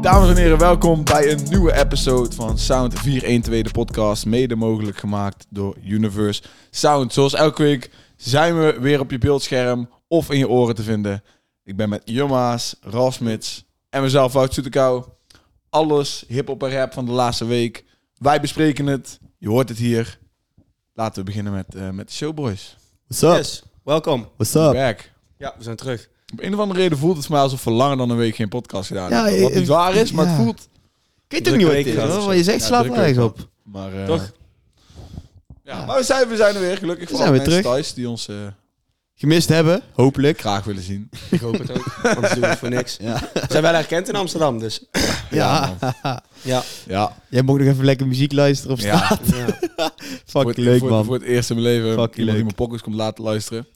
Dames en heren, welkom bij een nieuwe episode van Sound 412, de podcast. Mede mogelijk gemaakt door Universe Sound. Zoals elke week zijn we weer op je beeldscherm of in je oren te vinden. Ik ben met Jumma's, Rasmits en mezelf, Wout Soetekou. Alles hip-hop en rap van de laatste week. Wij bespreken het. Je hoort het hier. Laten we beginnen met, eh, met de Showboys. What's up? Yes, welkom. What's up? Back. Ja, we zijn terug. Op een of andere reden voelt het mij alsof we langer dan een week geen podcast gedaan Ja, hebben. Wat eh, niet waar is, maar het ja. voelt. Ik weet Drukke ook niet wat het is. week gehad of hoor. zo. Wat je zegt Ja, slaat drukke nergens week op. Maar, eh, Toch? Ja, Ja. maar we zijn, we zijn er weer. Gelukkig voor zijn alle weer mensen terug. thuis die ons eh, Gemist hebben, hopelijk. graag willen zien. Ik hoop het ook, anders doen we het voor niks. Ja. We zijn wel herkend in Amsterdam, dus. Ja. Ja. Ja, Jij mocht nog even lekker muziek luisteren op straat. ja. ja. voor, Fuck leuk, voor, man. Voor het eerst in mijn leven Fucking iemand die leuk. mijn pokkers komt laten luisteren.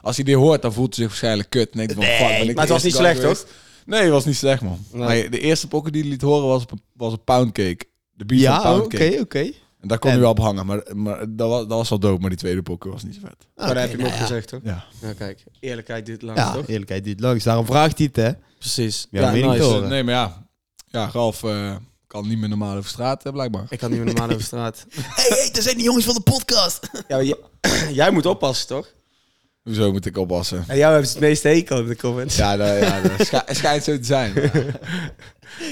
Als hij die hoort, dan voelt hij zich waarschijnlijk kut. En denkt hij van, fuck, ben ik de maar het was eerste niet guy slecht, geweest? Nee, het was niet slecht, man. Nee. Maar de eerste pokker die hij liet horen was, op een- was een poundcake. De beat van Ja, oké, poundcake. oké. En daar kon En- hij wel op hangen. Maar, maar dat, was, dat was wel dope, maar die tweede pokker was niet zo vet. Ah, Maar daar heb je hem op gezegd, toch? Ja. Nou, kijk, eerlijkheid dit lang, Ja, toch? eerlijkheid duurt langs. Daarom vraagt hij het, hè? Precies. Ja, weet ik Dus, wel. eh, nee, maar ja. Ja, Ralf eh, kan niet meer normaal over straat, eh, blijkbaar. Ik had niet meer normaal over straat. Hé, hey, daar zijn die jongens van de podcast. Ja, maar j- jij moet oppassen, toch? Hoezo moet ik oppassen? En jou hebben ze het meeste hekel in de comments. Ja, dat, ja, dat scha- schijnt zo te zijn.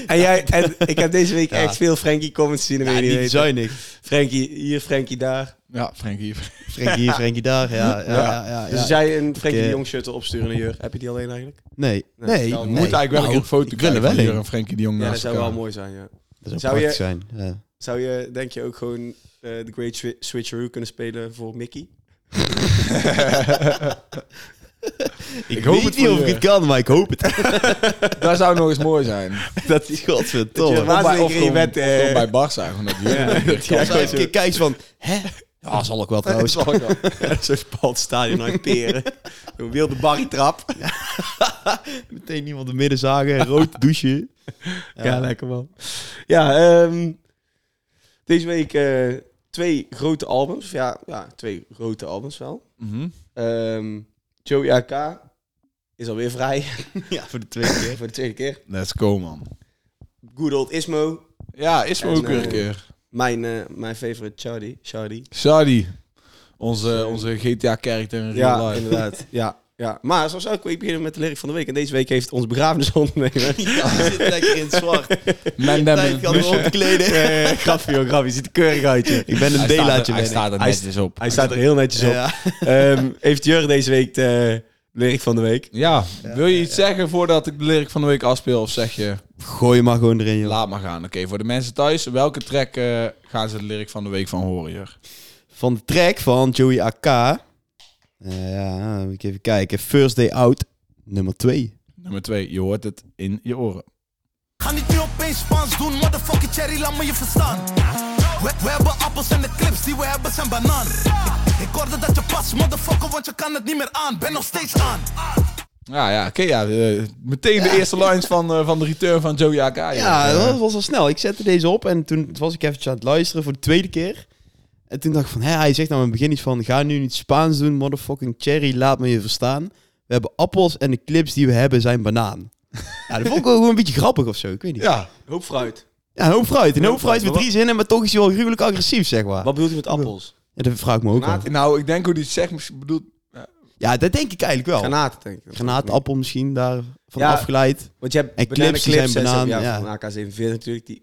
En, jij, en ik heb deze week Ja. echt veel Frankie comments zien. Ja, Ja, niet niet weten. zuinig. Frankie hier, Frankie daar. Ja, Frankie. Frankie hier, Frankie daar. Ja, ja, ja. ja, Dus ja. als jij een Frankie Ik, eh, de Jong shirt wil opsturen naar Jur, heb je die alleen eigenlijk? Nee, Nee, nee. dat nee. Moet eigenlijk wel Nou, een foto ik wil er krijgen wel van hier een. en Frankie de Jong Ja, dat naast zou elkaar. wel mooi zijn, ja. Dat zou Zou je- prachtig zijn. Ja. Zou je, denk je, ook gewoon eh, de Great Swi- Switcheroo kunnen spelen voor Mickey? Ik, hoop weet het niet voor of ik je. het kan, maar ik hoop het. Dat zou nog eens mooi zijn. Dat is Dat je- godverdomme. Laatst bij, denk ik, je gewoon, bent, eh, of gewoon bij Barca. Gewoon dat jullie Ja. Ja, Ja, gewoon gewoon een keer kijken van, hè? Ja, zal ik wel trouwens. Zal ik wel. Zo'n bepaald stadion uit peren. Een wilde barrytrap. Meteen iemand in midden zagen, rood douchen. Ja, lekker man. Ja, ehm, deze week eh, twee grote albums. Of Ja, ja, twee grote albums wel. Mhm. Ehm Joey AK is alweer vrij Ja, voor de tweede keer. voor de tweede keer. Let's go, man. Good old Ismo. Ja, is me En, ook weer een eh, keer. Mijn, eh, mijn favorite Charlie. Charlie. Shadi. Onze, onze GTA-character in real Ja, life. inderdaad. Ja, ja. Maar zoals elke week beginnen we met de lyric van de week. En deze week heeft ons begrafenisondernemer... Ja, die zit lekker in het zwart. Man, man, Tijd kan hem omkleden. Eh, grafje, joh, grafje. Ziet er keurig uit, joh. Ik ben een Hij staat er- delaatje Hij ben staat er Hij is- netjes op. Hij staat er heel netjes op. Ja. Ehm, heeft Jur deze week de lyric van de week? Ja, wil je iets zeggen voordat ik de lyric van de week afspeel? Of zeg je, Gooi maar gewoon erin, joh. laat maar gaan. Oké, voor de mensen thuis, welke track eh, gaan ze de lyric van de week van horen, hier? Van de track van Joey AK. Eh, ja, moet ik even kijken. First Day Out, nummer 2. Nummer 2, je hoort het in je oren. Ga niet nu opeens Spaans doen, motherfucking cherry, laat me je verstaan. We, we hebben appels en de clips die we hebben zijn banaan. Ik, ik hoorde dat je pas, motherfucker, want je kan het niet meer aan. Ben nog steeds aan. Ja, ja, oké, ja. eh, meteen de eerste lines van, eh, van de return van Joey AK. Ja, Ja, Eh, dat was al snel. Ik zette deze op en toen was ik eventjes aan het luisteren voor de tweede keer. En toen dacht ik van, hè, hij zegt aan mijn begin iets van... Ga nu niet Spaans doen, motherfucking cherry, laat me je verstaan. We hebben appels en de clips die we hebben zijn banaan. Ja, dat vond ik wel gewoon een beetje grappig of zo. Ik weet niet. ja. Hoop fruit. Ja, een hoop fruit. Een hoop Hoop fruit, fruit met drie zinnen, maar toch is hij wel gruwelijk agressief, zeg maar. Wat bedoelt u met appels? Ja, dat vraag ik me ook af. Granaat. Nou, ik denk hoe die het zegt, misschien bedoelt... Ja, dat denk ik eigenlijk wel. Granaten, denk ik. Granaatappel misschien daarvan Ja. afgeleid. Want je hebt En banana clips, die zijn en zo, banaan, Ja, ja. van AK-47 natuurlijk. Die,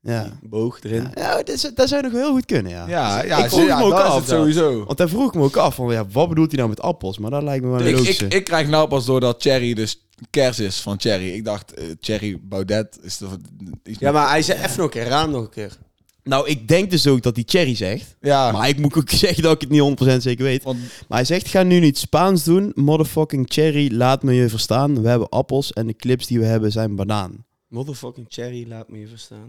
Ja. die boog erin. Ja, dat, zou- dat zou nog heel goed kunnen, ja. Ja, ja, Ik vroeg ja, me ook dat is af, het ja. sowieso. Want daar vroeg ik me ook af van, ja, wat bedoelt hij nou met appels? Maar dat lijkt me wel een Ik, logische. ik, ik krijg nou pas door dat Cherry dus kers is van Cherry. Ik dacht, eh, Cherry Baudet is toch... Is Ja, maar hij zei even nog een keer, raam nog een keer. Nou, ik denk dus ook dat hij cherry zegt. ja, Maar ik moet ook zeggen dat ik het niet 100% zeker weet. want Maar hij zegt, ga nu niet Spaans doen. Motherfucking cherry, laat me je verstaan. We hebben appels en de clips die we hebben zijn banaan. Motherfucking cherry, laat me je verstaan.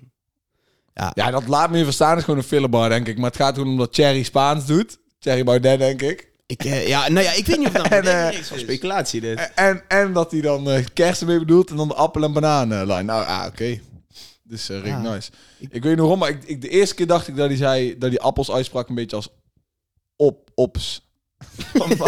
Ja, dat laat me je verstaan is gewoon een fillerbar, denk ik. Maar het gaat gewoon om dat Thierry Spaans doet. Thierry Baudet, denk ik. Ik, eh, ja, nou ja, ik weet niet Eh. of dat En, eh, is. Van speculatie dit. En, en, en dat hij dan eh kersen mee bedoelt en dan de appel- en bananenlijn. Nou, ah, oké. Dus eh Rick, Ja. nice. Ik, weet niet waarom, maar ik, ik, de eerste keer dacht ik dat hij zei dat hij appels uitsprak een beetje als op, ops. Oh,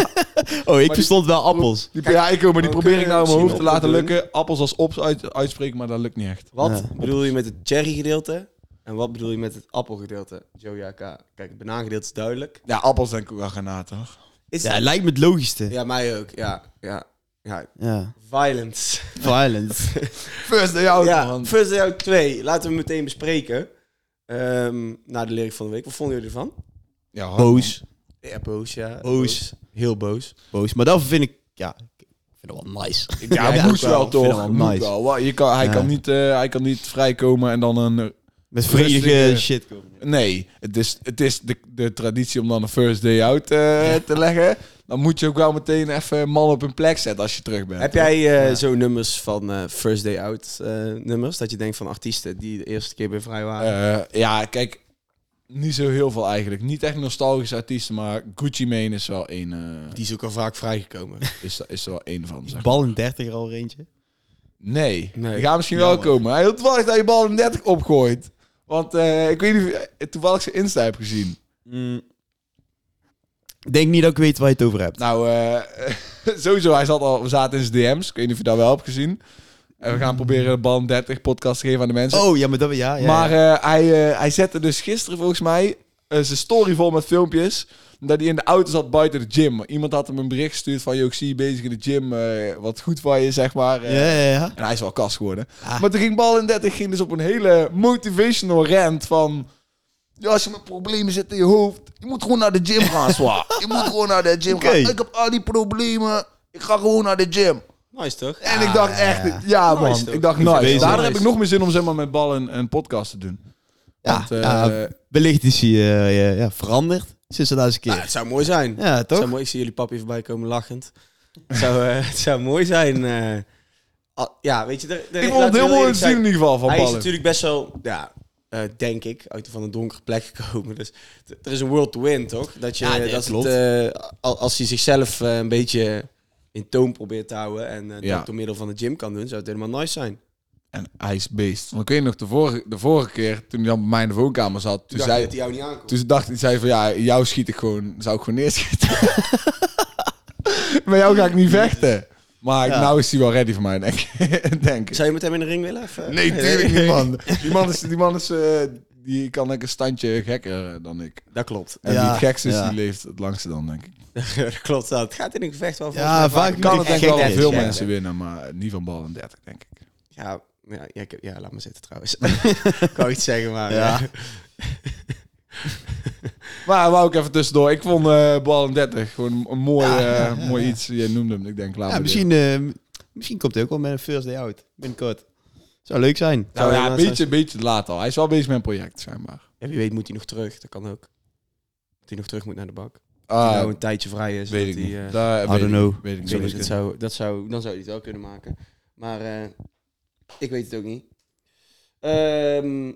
ik die- verstond wel appels. Die, ja, ik ook, maar die dan probeer kun ik je nou in mijn misschien hoofd te op laten doen. lukken. Appels als ops uit, uitspreken, maar dat lukt niet echt. Wat Ja. bedoel je met het cherry gedeelte? En wat bedoel je met het appelgedeelte? Joe, ja, ka- kijk, het banaangedeelte is duidelijk. Ja, appels denk ik ook wel granaten. hoor. Is Ja, lijkt me het logischste. ja, mij ook. Ja, ja, ja. Ja. Violence. Violent. First day out, ja, man. First Day Out 2. Laten we meteen bespreken. Ehm na de lyric van de week. Wat vonden jullie ervan? Ja, hard, Boos. Ja, boos, ja. Boos. Heel boos. Boos. Maar dat vind ik... Ja, ik vind het wel nice. man. Ja, Ja, moest ik wel vind het toch. wel Moet nice. wel. Wa- Je kan, hij, Ja. kan niet, eh, hij kan niet vrijkomen en dan een... Met vredige Rustige- shit komen. Nee, het is, het is de, de traditie om dan een first day out eh, te leggen. Dan moet je ook wel meteen even man op hun plek zetten als je terug bent. Heb jij eh, Ja. zo nummers van eh, First Day Out eh, nummers? Dat je denkt van artiesten die de eerste keer bij vrij waren. Eh, ja, kijk, niet zo heel veel eigenlijk. Niet echt nostalgische artiesten, maar Gucci Mane is wel een, eh, die is ook al vaak vrijgekomen. is, is er wel een van. Zeg. Bal in 30 er al eentje. Nee, Nee. die gaat misschien wel Jammer. komen. Hij had toevallig dat je bal hem 30 opgooit. Want eh, ik weet niet, of je toevallig zijn Insta heb gezien. Ik denk niet dat ik weet waar je het over hebt. Nou, eh, sowieso, hij zat al, we zaten in zijn DM's. Ik weet niet of je dat wel hebt gezien. En we gaan proberen de bal 30 podcast te geven aan de mensen. Oh, ja, maar dat... Ja, ja, maar ja. eh, hij, eh, hij zette dus gisteren volgens mij eh, zijn story vol met filmpjes. Dat hij in de auto zat buiten de gym. Iemand had hem een bericht gestuurd van... Yo, ik zie je bezig in de gym. eh, wat goed van je, zeg maar. Eh, ja, ja, ja. En hij is wel kast geworden. Ah. Maar toen ging Bal in 30 ging dus op een hele motivational rant van... Ja, als je met problemen zit in je hoofd, je moet gewoon naar de gym gaan, zwaar. Je moet gewoon naar de gym Oké. gaan. Ik heb al die problemen, ik ga gewoon naar de gym. Nice toch? En ik dacht echt, Ah, ja, man. Nice, toch? ik dacht, Goed nice. bezig. Daardoor Nice. heb ik nog meer zin om zeg maar, met Bal een, een podcast te doen. Ja, Want, eh, ja, wellicht is hij eh, ja, ja, veranderd sinds de laatste Nou, keer. het zou mooi zijn. Ja, Het toch? Zou mooi, ik zie jullie papi voorbij komen lachend. Het zou, eh, het zou mooi zijn. eh, al- ja, weet je... er- er- ik vond laten het we heel mooi om eerlijk te zien zijn. in ieder geval van Hij is Ballen. natuurlijk best wel, ja, eh, denk ik, uit van een donkere plek gekomen. Dus t- er is een world to win, toch? Dat je, Ja, nee, dat klopt. Het, eh, al- als hij zichzelf eh, een beetje in toon probeert te houden en eh, Ja. dat door middel van de gym kan doen, zou het helemaal nice zijn. En hij is beest. Want ik weet nog, de vorige, de vorige keer, toen hij dan bij mij in de woonkamer zat... Toen dacht zei, dat hij jou niet aankomt. Toen ze dacht ik, zei van ja, jou schiet ik gewoon, zou ik gewoon neerschieten. maar jou ga ik niet vechten. Maar Ja. nou is hij wel ready voor mij, denk ik. denk ik. Zou je met hem in de ring willen? Of, eh? Nee, tuurlijk niet, man. Die man is, die man is eh, die kan lekker een standje gekker eh, dan ik. Dat klopt. En Ja, die het gekste is, ja. die leeft het langste dan, denk ik. dat klopt. Dat. Het gaat in een gevecht wel Ja, volgens mij vaak Kan Ik het gek denk ik wel dat van je veel gek mensen winnen, maar niet van bal en 30, denk ik. Ja, ja, ja, ik heb- ja, laat me zitten trouwens. ik wou iets zeggen, maar... Ja. eh, Maar wou ik even tussendoor. Ik vond eh bal en 30 gewoon een- een mooi, eh, mooi iets. Je noemde hem, ik denk, laat Ja, maar misschien, eh, misschien komt hij ook wel met een first day out. Binnenkort. Zou leuk zijn. doen. Nou ja, Zou een je- beetje, een beetje te laat al. Hij is wel bezig met een project, schijnbaar. Ja, wie weet moet hij nog terug. Dat kan ook. Dat hij nog terug moet naar de bak. Ah, die nou een tijdje vrij is. Weet dat ik niet. die, eh, Daar I weet don't ik know. niet. Weet ik weet niet. ik, dat zou, dat zou, dan zou hij het wel kunnen maken. Maar eh, ik weet het ook niet. Ehm,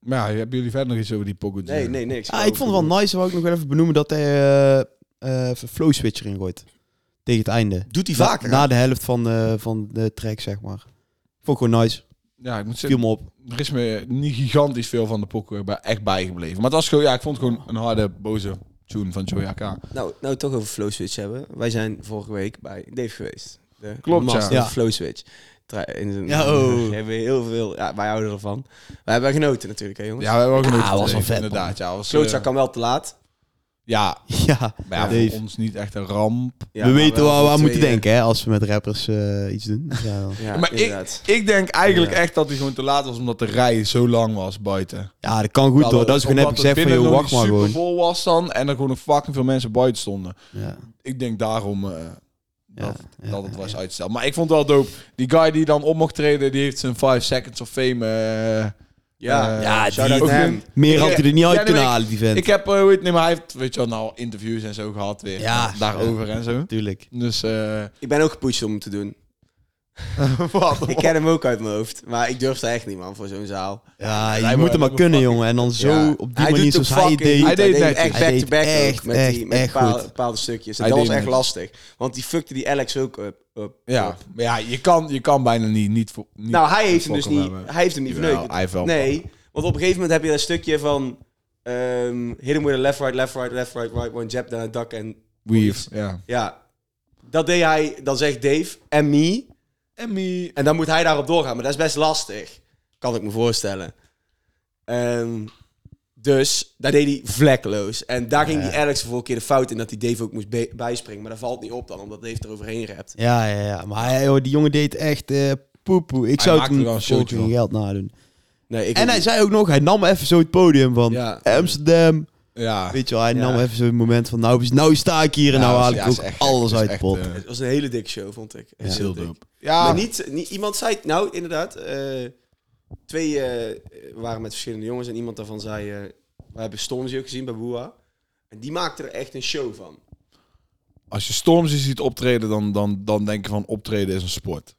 Maar ja, hebben jullie verder nog iets over die Pogo nee, nee, niks. Ah, ik vond het wel nice, wou ik nog wel even benoemen, dat hij eh eh, even flow switcher ingooit. Tegen het einde. Doet hij Na- vaker? Na, de helft van, eh, van de track, zeg maar. Vond ik gewoon nice. Ja, ik moet Viel zeggen, me op. er is me niet gigantisch veel van de Pogo bij- echt bijgebleven. Maar het was gewoon, ja, ik vond het gewoon een harde, boze tune van Joey AK. Nou, nou toch over Flow Switch hebben. Wij zijn vorige week bij Dave geweest. De Klopt, ja. master Ja. Flow Switch. Tra- In zijn, Ja, oh. We hebben heel veel... Ja, wij houden ervan. Wij hebben genoten natuurlijk, hè jongens. Ja, we hebben ook genoten. hij was wel van, vet, Inderdaad, ja. Was, eh, Klootzak kan wel te laat. ja, Ja, maar ja, Dave. voor ons niet echt een ramp. Ja, we maar weten wel waar we voor eh, aan moeten tweeën. denken, hè, als we met rappers eh, iets doen. Ja, dan- Ja, maar ik, inderdaad. ik denk eigenlijk Ja. echt dat hij gewoon te laat was, omdat de rij zo lang was buiten. ja, dat kan goed hoor. Dat is gewoon, heb ik Omdat het gezegd van, binnen joh, nog wacht niet maar gewoon. super vol was dan en er gewoon nog fucking veel mensen buiten stonden. Ja, Ik denk daarom... eh, ja, dat, ja, dat het was ja. uitstel. Maar ik vond het wel dope. Die guy die dan op mocht treden, die heeft zijn 5 seconds of fame. eh, Ja, eh, Ja, shout die- out ook naar hem. een- Meer Ik- had hij er niet ja, uit nee, kunnen maar halen, die vent. Ik heb, eh, weet, nee, maar hij heeft, weet je wel, nou, interviews en zo gehad weer. Ja. daarover en zo. Tuurlijk. Dus, eh, Ik ben ook gepusht om hem te doen. wat? Ik ken hem ook uit mijn hoofd. Maar ik durf dat echt niet, man, voor zo'n zaal. Ja, lijkt je me- moet hem maar lijkt me kunnen, jongen. En dan zo Ja. op die Hij manier doet zoals hem hij fucking deed. goed. Hij deed, Hij het deed echt echt goed. back-to-back Hij ook deed met, echt, die, met echt bepaalde, goed. bepaalde stukjes. En Hij dat was deed echt het. lastig. Want die fuckte die Alex ook up. up, Ja, up. maar ja, je kan, je kan bijna niet. niet, voor, niet Nou, hij heeft hem dus fokken niet, hebben. hij heeft hem niet Jawel, verneukt. hij heeft wel Nee, want op een gegeven moment heb je dat stukje van... ehm hit him with a left, right, left, right, left, right, right, one jab, dan het dak en Weave, ja. Ja, dat deed hij, dan zegt Dave en me. Emmy. En dan moet hij daarop doorgaan, maar dat is best lastig. Kan ik me voorstellen. Ehm, dus, daar deed hij vlekloos. En daar ging die Alex de vorige keer de fout in dat hij Dave ook moest bij- bijspringen. Maar dat valt niet op dan, omdat Dave er overheen rept. Ja, ja, ja. Maar joh, die jongen deed echt eh poepoe. Ik Hij zou het maakte hem wel een voor showtje geen van. geld nadoen. Nee, ik En hij ook zei ook nog, hij nam even zo het podium van Ja. Amsterdam. Ja. Weet je wel, hij Ja. nam even zo'n moment van, nou, nou sta ik hier en Ja, nou dat haal is- ik ja, dat ook is echt- dat alles is uit de echt, pot. eh, niet. Het was een hele dikke show, vond ik. Echt is heel dik. dope. Ja. Maar niet, niet, iemand zei, nou inderdaad, eh, twee eh, waren met verschillende jongens en iemand daarvan zei, eh, we hebben Stormzy ook gezien bij Boa. En die maakte er echt een show van. Als je Stormzy ziet optreden, dan, dan, dan denk je van optreden is een sport.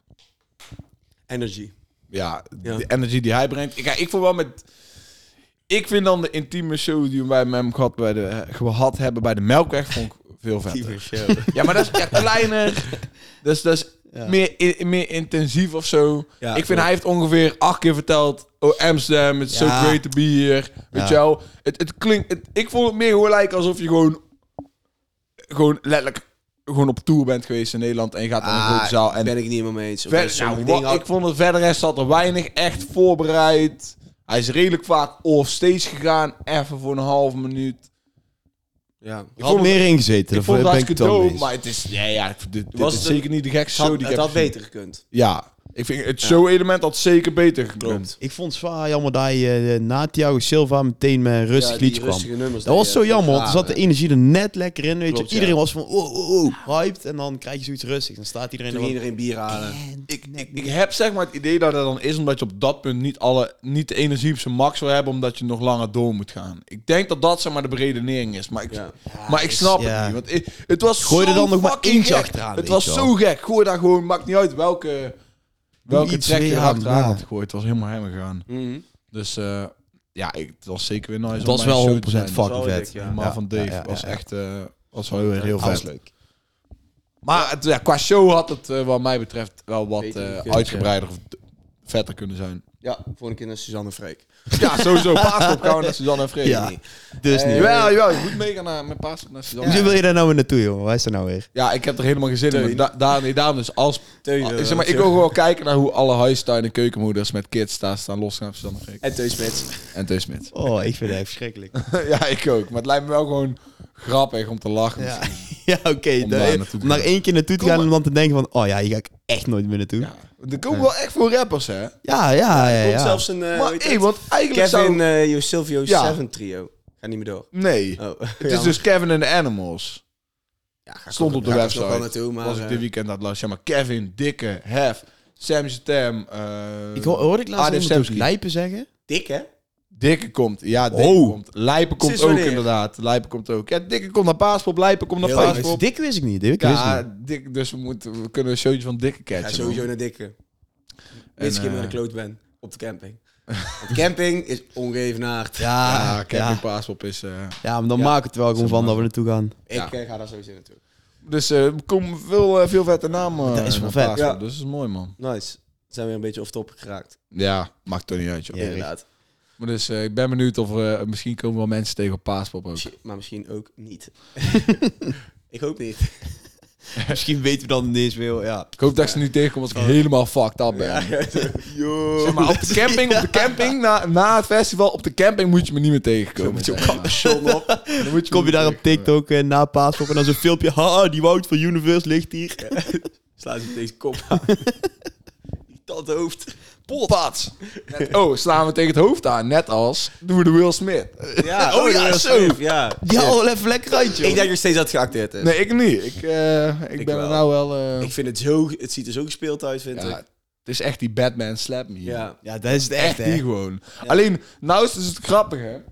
Energy. Ja, Ja. de energy die hij brengt. Ik, ik vond wel met... Ik vind dan de intieme show die wij met hem gehad, bij de, gehad hebben bij de Melkweg vond ik veel vetter. show. Ja, maar dat is ja, kleiner. Dus dat is meer, in- meer intensief of zo. Ja, ik vind, klopt. hij heeft ongeveer acht keer verteld... Oh, Amsterdam, it's so Ja. great to be here. Weet je wel? Het, het klinkt... het- ik vond het meer gewoon lijken alsof je gewoon... Gewoon letterlijk... Gewoon op tour bent geweest in Nederland... en je gaat naar een grote zaal. En ben Ah, ik niet helemaal mee eens. Oké, verder, nou, sommige wa- dingen had- ik vond het verder hij zat er weinig echt voorbereid. Hij is redelijk vaak offstage gegaan. Even voor een halve minuut. ja. Ik had vond het- meer ingezeten. Ik vond het daarvoor ben ik hartstikke het wel mee dope, eens. maar het is... Ja, ja, dit, dit Was is het een- zeker niet de gekste show Het had, die het ik heb had gezien. beter gekund. Ja, ik vind het show-element had zeker beter gekund. Klopt. Ik vond het zwaar jammer dat hij eh na Thiago Silva meteen met een rustig Ja, die liedje kwam. rustige Dat nummers die, was zo eh, jammer, want er waren. zat de energie er net lekker in. Weet Klopt, je. ja. Iedereen was van, oh, oh, oh, hyped. En dan krijg je zoiets rustigs. Dan staat iedereen Toen er ging wel- iedereen bier halen. En- Ik, ik, ik heb zeg maar het idee dat het dan is omdat je op dat punt niet, alle, niet de energie op zijn max wil hebben, omdat je nog langer door moet gaan. Ik denk dat dat zeg maar de beredenering is, maar ik, Ja. maar ik snap ja. het niet. Want ik- het was Gooi er zo dan nog maar fucking eentje gek. achteraan, Het weet je was wel. zo gek. Gooi daar gewoon, maakt niet uit welke, welke iets track je weer er aan, achteraan ja. had gegooid. Het was helemaal hem gegaan. Mhm. Dus eh, ja, ik, het was zeker weer nice. Het om was bij een wel show 100% te zijn. Dat fucking was wel vet. dik, ja. Normaal van Dave ja, ja, was ja. echt eh, was wel heel, heel Alles vet. leuk. Maar het, ja, qua show had het eh, wat mij betreft wel wat Beter eh, gekund, uitgebreider of d- vetter kunnen zijn. Ja, volgende keer naar Suzanne Freek. Ja, sowieso. Paasop gaan we naar Suzanne en Freek. Ja, Nee. dus Eh, niet. jawel, jawel, je moet meegaan naar, met Paasop naar Suzanne. Hoezo Ja. wil je daar nou weer naartoe, jongen? Waar is dat nou weer? ik heb er helemaal geen zin in. Teun. maar Da daar, nee, daarom dus als... Teun, ah, eh, zeg maar, ik wil gewoon kijken naar hoe alle huistuin- en keukenmoeders met kids daar staan losgaan op Suzanne en Freek. En Teun Smits. En Teun Smit. Oh, ik vind het echt verschrikkelijk. ja, ik ook. Maar het lijkt me wel gewoon grappig om te lachen. Ja, Ja. ja oké. Om de- daar naartoe te Om naar gaan. één keer naartoe te gaan en dan te denken van... Oh ja, hier ga ik echt nooit meer naartoe. Ja, Er komen wel echt veel rappers, hè? ja, ja. ja, Komt zelfs een eh, maar hoe heet hey, dat? want eigenlijk Kevin zou... eh, Yo Silvio Ja. 7 trio. Ga niet meer door. Nee. Oh, Het is dus Kevin en de Animals. ja, ga ik Stond nog- op de ga ik website. nog wel naartoe, maar... was ik eh, dit weekend aan het luisteren. Ja, maar Kevin, Dikke, Hef, Sam Stem. Ik hoor, hoorde ik laatst Ah, dit iemand is ook Semsky. lijpen zeggen. Dik, hè? Dikke komt. Ja, Dikke Oh. komt. Lijpen komt Sinds ook wanneer? inderdaad. Lijpen komt ook. Ja, Dikke komt naar Paaspop. Lijpen komt naar Heel Paaspop. Dik wist ik niet. Dik wist ik Ja, niet. Dick, dus we, moeten, we kunnen een showtje van Dikke Ja, catchen. sowieso man. naar dikke. En, Weet je keer eh, naar de kloot ben. Op de camping. Want camping is ongeëvenaard. Ja, Ja, Ah, Kevin ja. Paaspop is... eh, ja, maar dan maak het wel gewoon van dat we naartoe gaan. Ik Ja. eh, ga daar sowieso naartoe. dus eh, er komen veel, eh, veel vette namen eh, Dat is wel naar vet. Paaspop. Ja. Dus dat is mooi, man. Nice. Zijn we een beetje off-topic geraakt. Ja, maakt toch niet uit, joh. Ja. Inderdaad. Maar dus eh, ik ben benieuwd of eh, misschien komen wel mensen tegen op Paaspop ook. Misschien- Maar misschien ook niet. ik hoop niet. Misschien weten we dan niet eens weer. Ja. Ik hoop dat ik ze nu tegenkom als ik helemaal fucked up ben. Yo. Zeg maar, op de camping, op de camping na, na het festival, op de camping moet je me niet meer tegenkomen. Moet je op. Dan moet Kom je daar op TikTok eh, na Paaspop en dan zo'n filmpje. Ha, die Wout van Universe ligt hier. Slaat ze deze kop aan. Die tante hoofd. Polpaats. Oh, slaan we tegen het hoofd aan, net als doen we de Will Smith. Ja, oh ja, dat is zo. lief, Ja. oh, Ja, al even lekker uit, joh. Ik denk nog steeds dat het geacteerd is. Nee, ik niet. Ik, eh, ik, ben wel. er nou wel. eh, Ik vind het zo... Het ziet er zo gespeeld uit, vind ja, ik. het is echt die Batman slap me. Ja. Ja, dat is het echt, Echt hè. die gewoon. Alleen, nou is dus het grappige.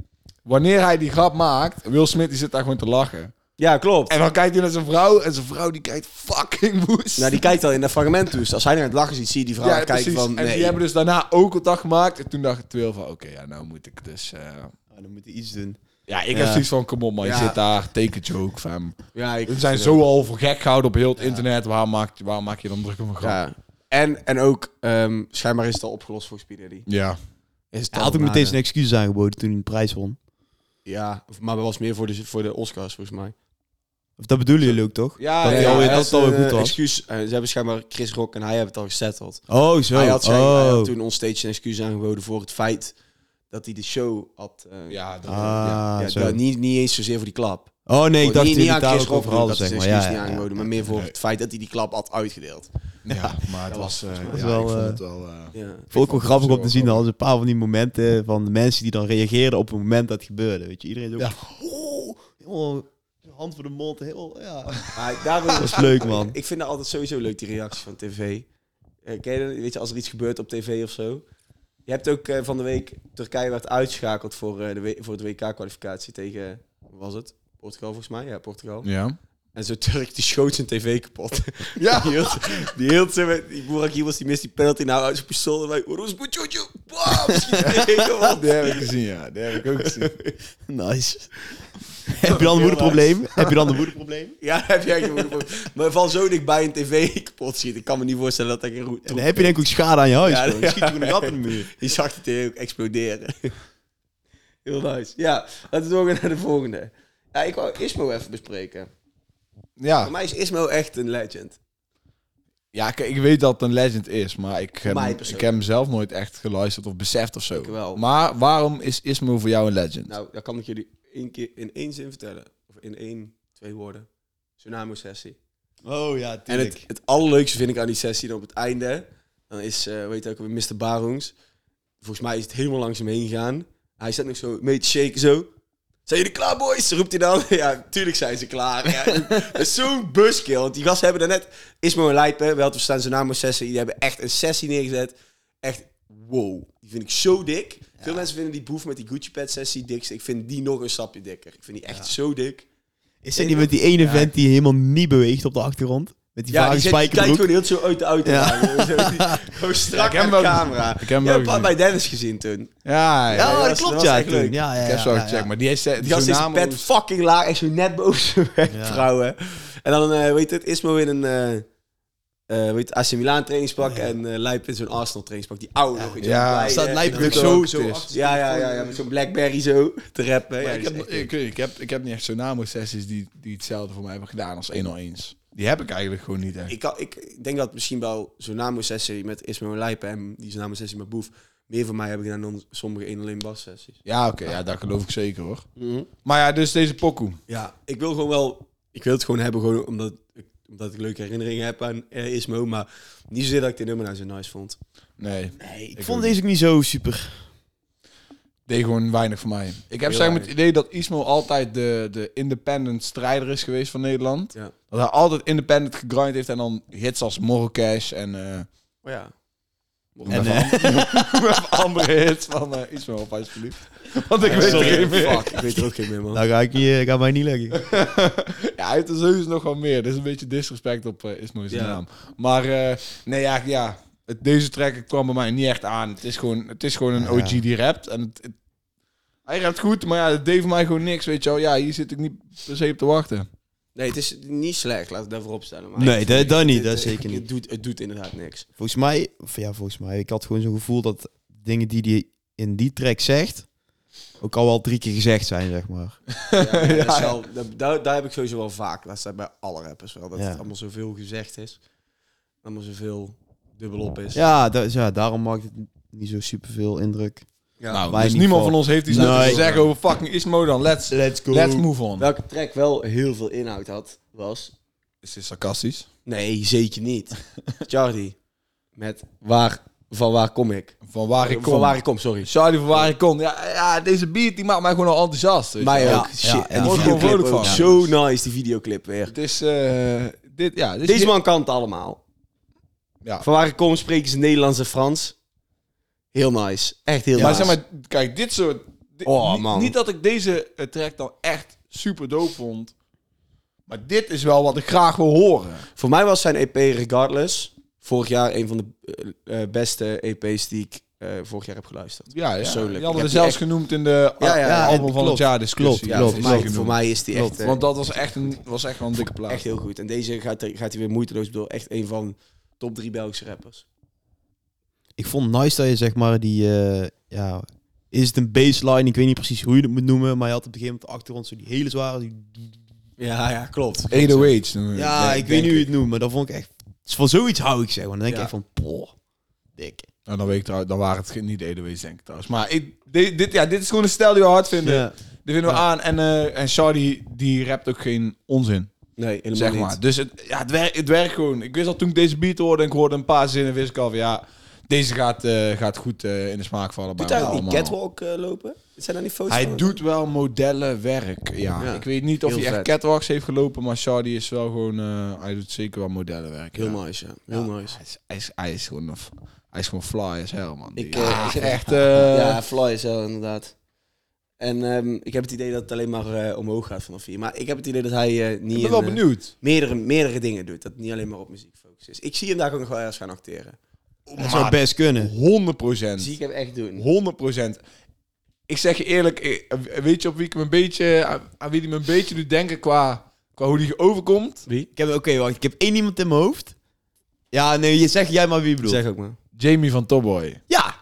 Wanneer hij die grap maakt, Will Smith die zit daar gewoon te lachen. Ja, klopt. En dan kijkt hij naar zijn vrouw en zijn vrouw die kijkt fucking woest. Nou, die kijkt al in dat fragment toe. Dus als hij naar het lachen ziet, zie je die vrouw Ja, kijken precies. van... En Nee. die hebben dus daarna ook contact gemaakt. En toen dacht ik wel van, oké, ja, nou moet ik dus... eh, Ah, dan moet hij iets doen. Ja, ik Ja. heb zoiets van, kom op man, je Ja. zit daar, take a joke, fam. Ja, ik We zijn zo al voor gek gehouden op heel het internet. Waar maak, waar maak je dan druk om een grap? Ja. Ja. En, en ook, ehm, schijnbaar is het al opgelost voor Speedy. Is het Hij al had ook maar, meteen eh, zijn excuses aangeboden toen hij de prijs won. Ja, maar dat was meer voor de, voor de Oscars, volgens mij. Of dat bedoelen jullie ook, toch? Ja, dat ja, hij ja, alweer, hij dat had het alweer een, goed eh, was. Excuus, eh, ze hebben schijnbaar Chris Rock en hij hebben het al gesetteld. Oh, zo. hij, had zijn, oh. hij had toen ons steeds een excuus aangeboden voor het feit dat hij de show had. eh, Ja, dat- Ah, ja, zo. dat- niet, niet eens zozeer voor die klap. oh nee, ik Gewoon dacht niet, dat niet jullie aan daar Chris ook Rock over bedoelen, hadden, dat is zeg de maar. excuus Ja, niet ja, ja. aangeboden, maar meer voor het feit dat hij die klap had uitgedeeld. Ja, maar het was, eh, ja, wel, ik vond eh, het wel... eh, Ja. Vond ik wel grappig om te zien. Zo. Dan hadden ze een paar van die momenten van de mensen die dan reageerden op het moment dat het gebeurde. Weet je, iedereen zo... Ja. Oh, helemaal hand voor de mond. Heel, ja. Maar daarom Dat is leuk, man. Ik vind dat altijd sowieso leuk, die reacties van tv. Eh, ken je dat? Weet je, als er iets gebeurt op tv of zo. Je hebt ook eh, van de week... Turkije werd uitgeschakeld voor, eh, de, W- voor de WK-kwalificatie tegen... wat was het? Portugal volgens mij? Ja, Portugal. Ja. En zo'n Turk die schoot zijn tv kapot. Ja. die hield, die hield ze met... Die Burak Yilmaz, die mist die penalty nou uit zijn pistool. En wij... Roes Boetjoetjo! Bam! Schiet tegen, man. Die heb ik gezien, ja. Die heb ik ook gezien. Nice. Heb je dan een moederprobleem? Heb je dan een moederprobleem? Ja, daar heb jij gewoon... Maar van zo dichtbij een tv kapot schiet. Ik kan me niet voorstellen dat dat geen roet... En dan heb je denk ik ook schade aan je huis. Ja, gewoon. ja. Schiet je gewoon een gat in de muur. Je zag het heel exploderen. Heel nice. Ja, laten we doorgaan naar de volgende. Ja, ik wou Ismo even bespreken. Voor Ja. mij is Ismo echt een legend. Ja, kijk, ik weet dat het een legend is, maar ik heb, Mij ik persoonlijk. heb hem zelf nooit echt geluisterd of beseft of zo. Ik wel. Maar waarom is Ismo voor jou een legend? Nou, dat kan ik jullie één keer in één zin vertellen. Of in één, twee woorden. Tsunami-sessie. Oh ja, En het, het allerleukste vind ik aan die sessie dan op het einde. Dan is, eh weet je ook, weer, Mr. Barungs. Volgens mij is het helemaal langs hem heen gegaan. Hij staat nog zo mee te shaken zo. Zijn jullie klaar, boys? Roept hij dan. Ja, tuurlijk zijn ze klaar. Ja. Dat is zo'n buskill. Want die gasten hebben daarnet... Ismo en Leipen, wel te verstaan zijn naam sessie. Die hebben echt een sessie neergezet. Echt, wow. Die vind ik zo dik. Veel mensen vinden die boef met die Gucci Pad sessie dikst. Ik vind die nog een stapje dikker. Ik vind die echt zo dik. Is dat niet met die ene vent die helemaal niet beweegt op de achtergrond? Met die Ja, vage die, zit, die kijkt spijkerbroek? gewoon heel zo uit de auto. Ja. Zo, die- gewoon strak Ja, ik heb aan hem de wel camera. gezien. Ik Ik heb hem heb wel hem gezien. bij Dennis gezien toen. Ja, ja. Ja, dat dat, was- dat klopt was ja echt toen. leuk. Ja, ja, ik heb ja, zo ja, gecheckt, ja. maar die heeft Die gast is in bed naam. fucking laag. Echt zo net boven zijn wenkbrauwen. En dan, eh, weet je het, Ismo in een... eh eh, weet je, AC Milan trainingspak en eh Lijp in zo'n Arsenal trainingspak. Die oude nog. weet je, Ja. die blije- Staat Lijp ik weet ook wel zo, wat zo het is. achter- Ja, ja, ja, ja, met zo'n Blackberry zo te rappen. Ja, dus Maar ik, dat is heb, echt- ik, weet niet, ik, heb, ik heb niet echt Tsunami-sessies die, die hetzelfde voor mij hebben gedaan als 101's. Die heb ik eigenlijk gewoon niet echt. ik, kan- ik denk dat misschien wel zo'n namo-sessie met Ismo en Lijp en die zo'n namo-sessie met Boef... meer van mij hebben gedaan dan sommige 1 alleen bas sessies. Ja, oké, ja, dat geloof ik zeker hoor. Mhm. Maar ja, dus deze pokoe. Ja, ik wil gewoon wel. Ik wil het gewoon hebben, gewoon omdat ik, omdat ik leuke herinneringen heb aan eh, Ismo. Maar niet zozeer dat ik dit nummer nou zo nice vond. Nee, Nee, ik, Ik vond ook deze ook niet zo super. deed gewoon weinig voor mij. Ik heb Heel zeg maar het weinig. idee dat Ismo altijd de, de independent strijder is geweest van Nederland. Ja. Dat hij altijd independent gegrind heeft en dan hits als Morrocash en... eh, Maar Oh ja. En eh, andere hits van eh, Ismo op alsjeblieft. Want ik weet er sorry. geen meer. Fuck, ik weet er ook geen meer, man. Nou ga ik niet, ga mij niet leggen. Ja, hij heeft er sowieso nog wel meer. Dat is een beetje disrespect op eh, Ismo zijn Ja. naam. Maar eh, nee, ja, ja het, deze track kwam bij mij niet echt aan. Het is gewoon, het is gewoon een Ja. OG die rapt. En het, het- hij rapt goed, maar ja, het deed voor mij gewoon niks, weet je wel. Ja, hier zit ik niet per se op te wachten. Nee, het is niet slecht, laat ik daar voorop stellen. Maar Nee, dat, dat niet, Het- dat het- zeker niet. Het doet, het doet inderdaad niks. Volgens mij, of ja, volgens mij, ik had gewoon zo'n gevoel dat dingen die die in die track zegt, ook al wel drie keer gezegd zijn, zeg maar. Ja, dat is wel, dat, daar, daar heb ik sowieso wel vaak. Dat staat bij alle rappers wel. Dat Ja. het allemaal zoveel gezegd is. Allemaal zoveel dubbelop is. Ja, dat, is- ja daarom maakt het niet zo super veel indruk. Ja. nou, Wij dus niet niemand voor. van ons heeft iets Nee. nuttigs te zeggen over fucking Ismo dan. Let's, Let's go. let's move on. Welke track wel heel veel inhoud had, was Is dit sarcastisch? Nee, zeker niet. Charlie, met waar, van waar kom ik? Van waar ik kom. Van waar ik kom, sorry. Sorry, van waar ik kom. Ja, ja, deze beat die maakt mij gewoon al enthousiast. weet je Mij wel. ook. Shit. ja, en ja. die Word ik gewoon videoclip vrolijk ook. van. dus- Zo nice, die videoclip weer. Het is... eh, dit, ja, dit is- Deze man kan het allemaal. Ja. Van waar ik kom spreken ze Nederlands en Frans. Heel nice. Echt heel maar nice. zeg maar, kijk, dit soort... di- Oh, niet, man. niet dat ik deze eh, track dan echt super dope vond. Maar dit is wel wat ik graag wil horen. Voor mij was zijn EP Regardless vorig jaar een van de eh, eh, beste EP's die ik eh, vorig jaar heb geluisterd. Ja, ja. Persoonlijk. Je Ik hadden het heb die zelfs echt- genoemd in de Ja, ja, ja, album en van het klopt. jaar discussie. Klopt, Ja, klopt. is voor, ook mij, genoemd. voor mij is die echt... eh, Want dat was echt, een, was echt wel een dikke plaat. Echt heel goed. En deze gaat, gaat hij weer moeiteloos door. Echt een van top drie Belgische rappers. Ik vond nice dat je zeg maar die, eh, ja, is het een baseline? Ik weet niet precies hoe je het moet noemen, maar je had op een gegeven moment op de achtergrond zo die hele zware, die, Ja, ja, klopt. 808 noemen we het, Ja, denk- ik weet denk niet hoe je het noemt, maar dat vond ik echt... Van zoiets hou ik, zeg maar. Dan denk Ja. ik echt van, boh, dik. Nou, dan weet ik trouwens, dan waren het geen- niet de EDW's denk ik trouwens. Maar ik, dit, dit- ja, dit is gewoon een stijl die we hard vinden. Ja. Die vinden we aan. En, eh en Shardy, die rapt ook geen onzin, Nee, helemaal zeg niet. maar. Dus het, ja, het, werkt, het werkt gewoon. Ik wist al toen ik deze beat hoorde en ik hoorde een paar zinnen, wist ik al van ja, deze gaat, eh, gaat goed eh, in de smaak vallen Doet bij hij ons ook die allemaal. catwalk eh, lopen? Zijn daar niet foto's Hij van? doet wel modellenwerk, ja. Ja. Ik weet niet of Heel hij echt vet. catwalks heeft gelopen, maar Shardy is wel gewoon... eh, hij doet zeker wel modellenwerk, Heel ja. nice, ja. Heel nice. Hij is, hij, is, hij is gewoon... een f- Hij is gewoon fly as hell, man. Ik, Die- eh, ik heb- echt... eh, Ja, fly is wel inderdaad. En ehm, ik heb het idee dat het alleen maar eh, omhoog gaat vanaf hier. Maar ik heb het idee dat hij eh, niet Ik ben in, wel eh, benieuwd. meerdere, meerdere dingen doet. Dat het niet alleen maar op muziek focust is. Ik zie hem daar ook nog wel eens gaan acteren. Dat zou best kunnen. 100 procent. Dat zie ik hem echt doen. 100 Ik zeg je eerlijk, eh, weet je op wie ik me een beetje, aan- aan wie die me een beetje doet denken qua, qua hoe die overkomt? Ik heb, oké, wacht. Ik heb één iemand in mijn hoofd. Ja, nee, je zegt jij maar wie je bedoelt. Zeg ook maar. Jamie van Tobboy. Ja,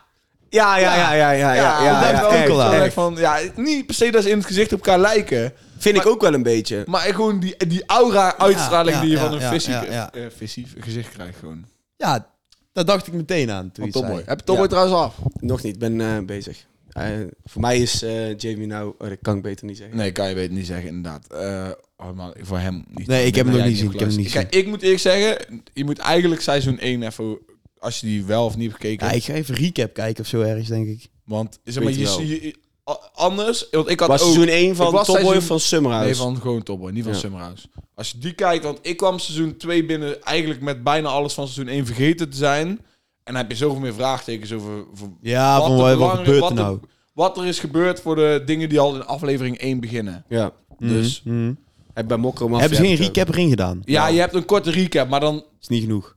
Ja, ja, ja, ja, ja. ja, ja, dat ja, blijft wel echt, enkel aan. echt. Echt Van, ja, niet per se dat ze in het gezicht op elkaar lijken, Vind ik ook wel een beetje. maar gewoon die, die aura-uitstraling Ja, die je ja, van een ja, visie, ja, ja. eh, visie gezicht krijgt gewoon. ja, daar dacht ik meteen aan toen Van je het Oh, Tobboy. zei. Heb je Tobboy Ja. trouwens af? Nog niet, ben eh, bezig. Eh, voor mij is eh, Jamie nou... Oh, dat kan ik beter niet zeggen. Nee, kan je beter niet zeggen, inderdaad. Eh, oh man, voor hem niet. Nee, ik heb hem Ben nog niet jij gezien, ik heb hem niet geluisterd. Kijk, ik moet eerlijk zeggen, je moet eigenlijk seizoen 1 even, als je die wel of niet hebt gekeken. Ja, ik ga even recap kijken of zo ergens, denk ik. Want zeg maar, Weet je, wel. zie- je- a- anders, want ik had Was ook... seizoen 1 ik van was Topboy seizoen- of van Summerhouse? Nee, van gewoon Topboy, niet van Ja. Summerhouse. Als je die kijkt, want ik kwam seizoen 2 binnen eigenlijk met bijna alles van seizoen 1 vergeten te zijn. En dan heb je zoveel meer vraagtekens over... over Ja, wat van er wat, wat belangrijk- gebeurt wat er er- nou? Wat er is gebeurd voor de dingen die al in aflevering 1 beginnen. Ja. Dus Mhm. Heb bij Mokker Hebben ze geen recap erin gedaan? ja, je hebt een korte recap, maar dan... Is niet genoeg.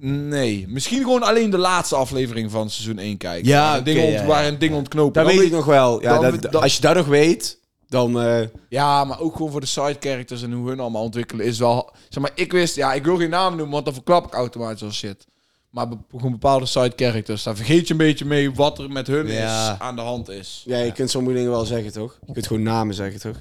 Nee, misschien gewoon alleen de laatste aflevering van seizoen 1 kijken. Ja, Waar een ding oké, ont- ja, ja. Waar een ding ontknopen. Dat Dan weet ik weet- nog wel. Ja, dan- dat- dat- dan- als je dat nog weet, dan... eh, Ja, maar ook gewoon voor de side characters en hoe hun allemaal ontwikkelen is wel. Zeg maar, ik wist, ja, ik wil geen naam noemen, want dan verklap ik automatisch al shit. Maar be- gewoon bepaalde side characters, daar vergeet je een beetje mee wat er met hun Ja. is aan de hand is. ja, je kunt sommige dingen wel zeggen, toch? Je kunt gewoon namen zeggen, toch?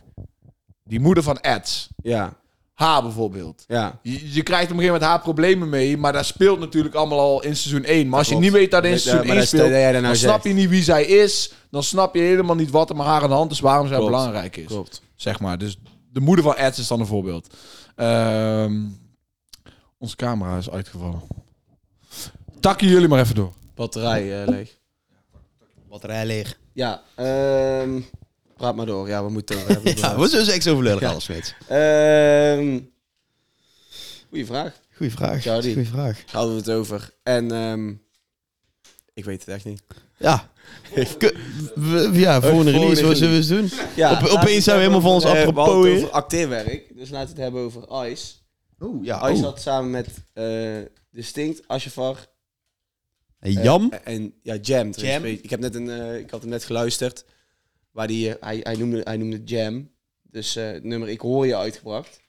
Die moeder van Eds, Ja, haar bijvoorbeeld. ja. Je, je krijgt op een gegeven moment haar problemen mee, maar dat speelt natuurlijk allemaal al in seizoen 1. Maar als je Klopt. niet weet dat er in Weet- seizoen ja, maar 1 dat is speelt, dat jij dat dan nou snap zegt. je niet wie zij is. Dan snap je helemaal niet wat er met haar aan de hand is, waarom zij Klopt. belangrijk is. Klopt. Zeg maar. Dus de moeder van Eds is dan een voorbeeld. Ehm, onze camera is uitgevallen. Takken jullie maar even door. Batterij eh, leeg. Wat er leeg. Ja, ehm, praat maar door. Ja, we moeten over hebben. Ja, wat is ex overlullig Ja. alles, Smits? Ehm, goeie vraag. Goeie vraag. Ja, die. Goeie vraag. Hadden we het over. En ehm, ik weet het echt niet. Ja. Ke- we- ja, voor een Oh, volgende release, wat zullen we eens doen? Ja, Op- laten opeens we het zijn we hebben helemaal van ons over, eh, apropos We hadden het hier. over acteerwerk. Dus laten we het hebben over Ice. Oeh, ja. Ice oeh. had samen met eh, Distinct, Ashafar En Eh, Jam? en- En ja, Jam. trouwens. Jam. Ik, heb net een, eh, ik had hem net geluisterd. Waar die, eh, hij, hij, noemde, hij noemde Jam. Dus eh, het nummer Ik Hoor Je uitgebracht.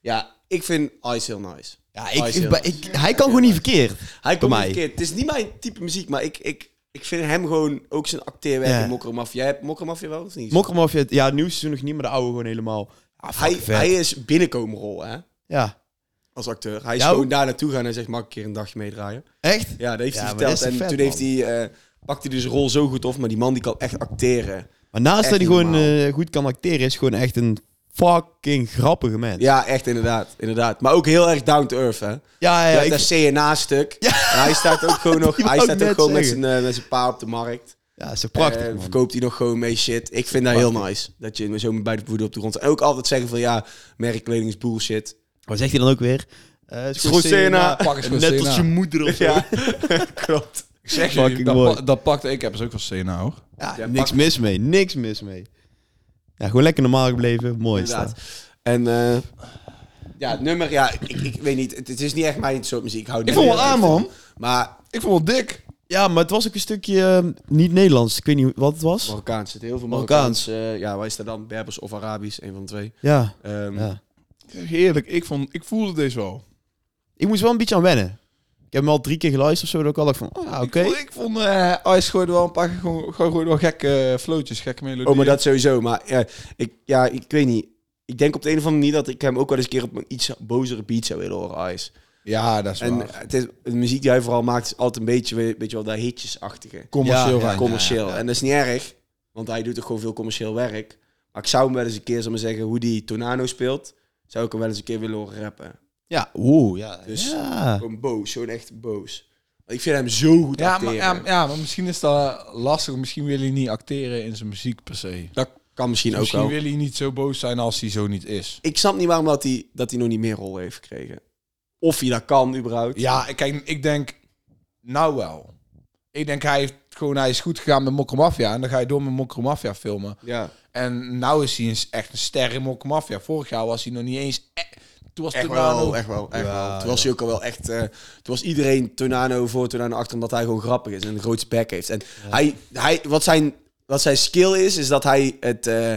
Ja, ik vind Ice heel nice. Ja, ik, Ice heel ik- ik- hij kan gewoon niet verkeerd. Hij komt mij. niet verkeerd. Het is niet mijn type muziek, maar ik, ik, ik vind hem gewoon ook zijn acteerwerk Ja. in Mokkermafia. Jij hebt Mokkermafia wel of niet? Mokkermafia, ja, het nieuw seizoen nog niet, maar de oude gewoon helemaal. Ah, hij, fuck, vet. hij is binnenkomenrol, hè? Ja. Als acteur. Hij is Ja, gewoon daar naartoe gaan en zegt, mag ik een keer een dagje meedraaien? Echt? Ja, dat heeft Ja, hij maar dat verteld. is En vet, toen heeft hij, eh, pakt hij dus rol zo goed op, maar die man die kan echt acteren. Maar naast Echt dat hij niet gewoon normaal. eh, goed kan acteren, is gewoon echt een fucking grappige mens. Ja, echt inderdaad. inderdaad. Maar ook heel erg down to earth, hè? ja, ja, Ja, ik- dat CNA-stuk. Hij staat ook gewoon nog... Die Hij wou staat ik ook net gewoon met zijn, zeggen. eh, met zijn pa op de markt. ja dat is toch prachtig, Eh, man. verkoopt hij nog gewoon mee shit. Ik vind dat heel nice. Dat je zo met beide voeten op de grond staat. En ook altijd zeggen van, ja, merkkleding is bullshit. Wat zegt hij dan ook weer? Eh, is gewoon Schorsena. Sena. Pak eens Net Schorsena. als je moeder of zo. Ja, klopt. Ik zeg Fucking je, dat, mooi. pa- dat pakte ik. heb ze ook van Sena hoor. Ja, Ja, niks pak- mis mee. Niks mis mee. Ja, gewoon lekker normaal gebleven. Mooi is Inderdaad. dat. En... eh, ja, het nummer, ja, ik, ik weet niet. Het, het is niet echt mijn soort muziek. Ik hou Ik niet vond wel heel aan erg van. man. Maar Ik vond wel dik. Ja, maar het was ook een stukje eh, niet Nederlands. Ik weet niet wat het was. Marokkaans, het heel veel Marokkaans. Marokkaans. eh, ja, waar is dat dan? Berbers of Arabisch, een van de twee. Ja, Ehm, ja. Ik zeg je eerlijk, ik, vond, ik voelde deze wel. Ik moest wel een beetje aan wennen. Ik heb hem al drie keer geluisterd of zo. Dat ik al dacht van, ah, oké. Ik vond, ik vond eh, Ice gooide wel een paar gewoon, gooide wel gekke flootjes, gekke melodieën. Oh, maar dat sowieso. Maar eh, ik, ja, ik weet niet. ik denk op de een of andere manier dat ik hem ook wel eens een keer op een iets bozere beat zou willen horen, Ice. Ja, dat is En eh, waar. het is, de muziek die hij vooral maakt is altijd een beetje, weet je wel, dat hitjesachtige. Commercieel Ja, ja, rein. commercieel. En dat is niet erg, want hij doet toch gewoon veel commercieel werk. Maar ik zou hem wel eens een keer, zal ik maar zeggen, hoe die Tornado speelt, zou ik hem wel eens een keer willen horen rappen. Ja, oeh, ja. Dus- ja. Gewoon boos, zo'n echt boos. Want Ik vind hem zo goed Ja, maar, acteren. ja, ja, maar misschien is dat lastig. Misschien wil hij niet acteren in zijn muziek per se. Dat kan misschien, Misschien ook wel. wil hij niet zo boos zijn als hij zo niet is. Ik snap niet waarom dat hij, dat hij nog niet meer rol heeft gekregen. Of hij dat kan, überhaupt. Ja, ik- kijk, ik denk, nou wel. Ik denk, hij, heeft gewoon, hij is goed gegaan met Mokko Mafia. En dan ga je door met Mokko Mafia filmen. Ja. En nou is hij een- echt een ster in Mokko Mafia. Vorig jaar was hij nog niet eens... e- Toen was Echt Tornado- wel, echt wel, echt Ja, wel. Toen was hij ook al wel echt... eh, toen was iedereen Tornado voor, Tornado achter, omdat hij gewoon grappig is en een grootste bek heeft. En hij, hij, wat, zijn, wat zijn skill is, is dat hij het... eh,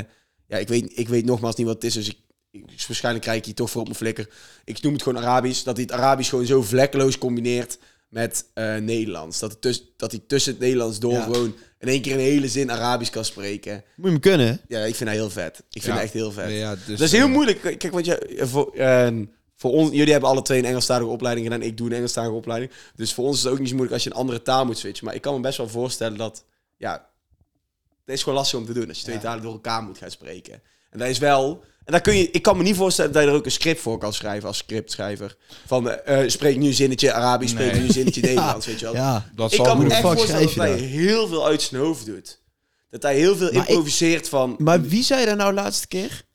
ja, ik weet, ik weet nogmaals niet wat het is, dus ik, ik- dus waarschijnlijk krijg ik hier toch voor op mijn flikker. Ik noem het gewoon Arabisch. Dat hij het Arabisch gewoon zo vlekkeloos combineert met eh, Nederlands. Dat, het tuss- dat hij tussen het Nederlands door Ja. gewoon in één keer een hele zin Arabisch kan spreken. Moet je hem kunnen. Ja, ik vind hij heel vet. Ik vind Ja. hem echt heel vet. Nee, ja, dus, dat is heel eh, moeilijk. Kijk, want je, eh, voor, ehm, voor ons, jullie hebben alle twee een Engelstalige opleiding gedaan. Ik doe een Engelstalige opleiding. Dus voor ons is het ook niet zo moeilijk als je een andere taal moet switchen. Maar ik kan me best wel voorstellen dat, ja, het is gewoon lastig om te doen. Als je twee talen door elkaar moet gaan spreken. En dat is wel, en daar kun je, ik kan me niet voorstellen dat je er ook een script voor kan schrijven als scriptschrijver. Van, eh, eh, spreek nu een zinnetje Arabisch, spreek Nee. nu een zinnetje Nederlands, weet je wel. Ja. Dat Ik zal kan me moeilijk echt fuck zijn. voorstellen dat schrijf je hij dat? heel veel uit zijn hoofd doet. Dat hij heel veel Maar ik- improviseert van... Maar wie zei daar nou laatste keer?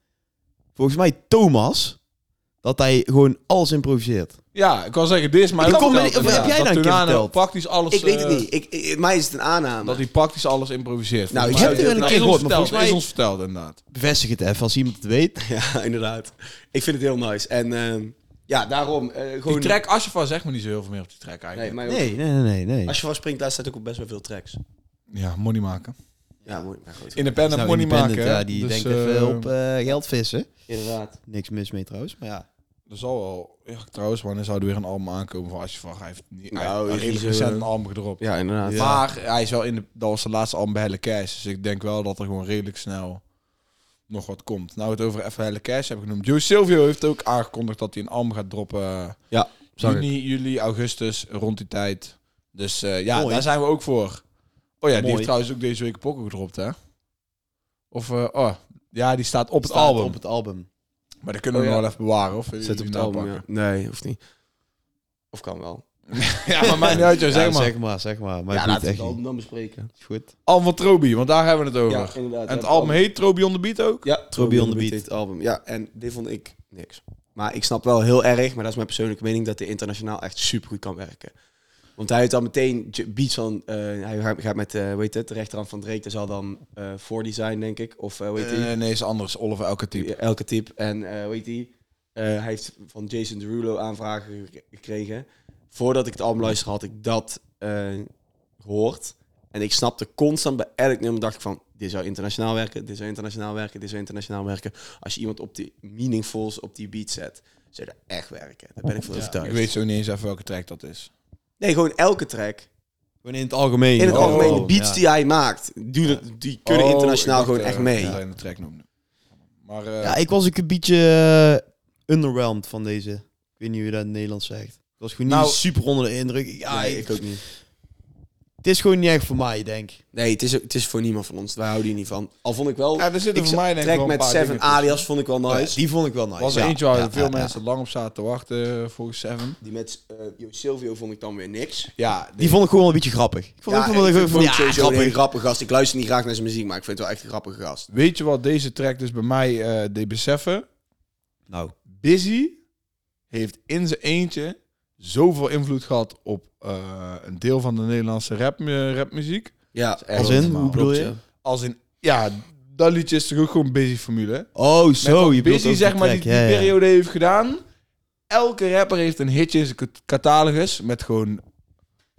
Volgens mij Thomas. Dat hij gewoon alles improviseert. Ja, ik kan zeggen, dit is mij Ik ook kan me verteld. niet- of heb Ja, jij dat nou een keer Tornado verteld? praktisch alles... Ik weet het eh, niet. Ik, ik- mij is het een aanname. Dat hij praktisch alles improviseert. Nou, ik Volgens heb mij- er wel een is keer ons gehoord, maar verteld, volgens mij- Is ons verteld, inderdaad. Bevestig het even als iemand het weet. Ja, inderdaad. Ik vind het heel nice. En ehm, ja, daarom eh, Die gewoon... track Ashafar zegt me niet zo heel veel meer op die track Nee, eigenlijk. maar Nee, nee, nee, nee. Als je vast springt, daar staat ook op best wel veel tracks. Ja, money maken. Ja, mooi. Maar goed. Independent Nou, money independent, maken. Ja, hè. die Dus, denkt eh, even op eh, geld vissen. Inderdaad. Niks mis mee trouwens, maar ja. Er zal wel... Ja, trouwens, wanneer zou er weer een album aankomen van Ashafar? Hij heeft niet... Nou, hij heeft is redelijk niet zo- recent een album gedropt. Ja, inderdaad. Ja. Maar hij is wel in de... Dat was de laatste album bij Helle Cash. Dus ik denk wel dat er gewoon redelijk snel nog wat komt. Nou, het over even Helle Cash hebben genoemd. Joe Silvio heeft ook aangekondigd dat hij een album gaat droppen... Ja, zag ik. juni, juli, augustus, rond die tijd. Dus eh, ja, Mooi. daar zijn we ook voor. Oh ja, die Mooi. heeft trouwens ook deze week een pokken gedropt, hè? Of, eh, oh, ja, die staat op het Staat album. Op het album. Maar die kunnen we Oh, nog ja. wel even bewaren, of? Willen Zet op jullie nou het hem album, ja. aanpakken? Nee, hoeft niet. Of kan wel. ja. maar mij niet uit, joh, Ja, zeg maar. zeg maar, zeg maar. Maar ja, goed, laten we echt het album niet. dan bespreken. Is Goed. Album van Trobi, want daar hebben we het over. Ja, inderdaad. en het album heet Trobi on the Beat ook? Ja, Trobi on the Beat. Dit album. Ja, en dit vond ik niks. Maar ik snap wel heel erg, maar dat is mijn persoonlijke mening, dat hij internationaal echt supergoed kan werken. Want hij heeft dan meteen j- beats van, eh, hij gaat- gaat met, eh weet het, de rechterhand van Drake, dat zal dan eh voor design denk ik, of weet Eh, je, nee, is anders. Oliver Elke type. elke tip. En eh, weet je, hij heeft van Jason Derulo aanvragen ge- gekregen. Voordat ik het album luisterde had ik dat eh, gehoord. En ik snapte constant bij elk nummer dacht ik van dit zou internationaal werken, dit zou internationaal werken, dit zou internationaal werken. Als je iemand op die meaningfuls op die beat zet, zou dat echt werken. Daar ben ik van Ja, ik overtuigd. weet zo niet eens even welke track dat is. Nee, gewoon elke track. Gewoon in het algemeen. In het Oh, algemeen, de oh, beats die hij maakt, die, die kunnen Oh, internationaal ik dacht, gewoon echt eh, mee. dat hij de track noemde. Maar eh, Ja, ik was ook een beetje eh, underwhelmed van deze. Ik weet niet hoe je dat in het Nederlands zegt. Ik was gewoon Nou- niet super onder de indruk. Ja, Nee, ik- ik ook niet. het is gewoon niet echt voor mij, denk ik. Nee, het is, het is voor niemand van ons. Wij houden hier niet van. Al vond ik wel... Ja, er zitten ik voor mij denk ik wel track een met paar Seven dingen Alias vond ik wel nice. Die vond ik wel nice. was er ja. eentje waar Ja, veel ja, mensen lang op zaten te wachten, eh, volgens Seven. Die met eh, Jo Silvio vond ik dan weer niks. Ja, ja. Die vond ik gewoon wel een beetje grappig. Ik vond Ja, ook wel ik een vind van, het ja, sowieso een hele grappig. grappige gast. Ik luister niet graag naar zijn muziek, maar ik vind het wel echt een grappige gast. Weet je wat deze track dus bij mij eh, deed beseffen? Nou, Busy heeft in zijn eentje zoveel invloed gehad op eh, een deel van de Nederlandse rap, eh, rapmuziek. Ja, echt als in, normaal. hoe bedoel Klopt, je? Als in, ja, dat liedje is toch ook gewoon Busy-formule? Oh, zo. Je bedoelt Busy, ook zeg maar, die, track, die ja, ja. periode heeft gedaan. Elke rapper heeft een hitje in zijn cat- catalogus met gewoon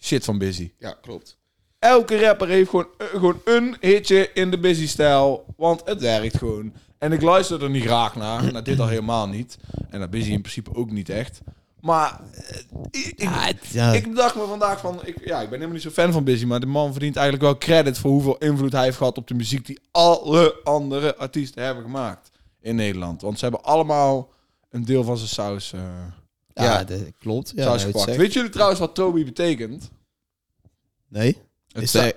shit van Busy. ja klopt. Elke rapper heeft gewoon, eh, gewoon een hitje in de busy stijl. Want het werkt gewoon. En ik luister er niet graag naar. Naar dit al helemaal niet. En naar busy in principe ook niet echt. Maar eh, ik, ik, Ja, het- ja. ik dacht me vandaag van... Ik, ja, ik ben helemaal niet zo fan van busy. Maar de man verdient eigenlijk wel credit voor hoeveel invloed hij heeft gehad op de muziek die alle andere artiesten hebben gemaakt. in Nederland. Want ze hebben allemaal een deel van zijn saus, eh, Ja, Ja. dat klopt. Ja, saus dat gepakt. zegt- Weet jullie trouwens wat Toby betekent? Nee? Het Is zou- dat-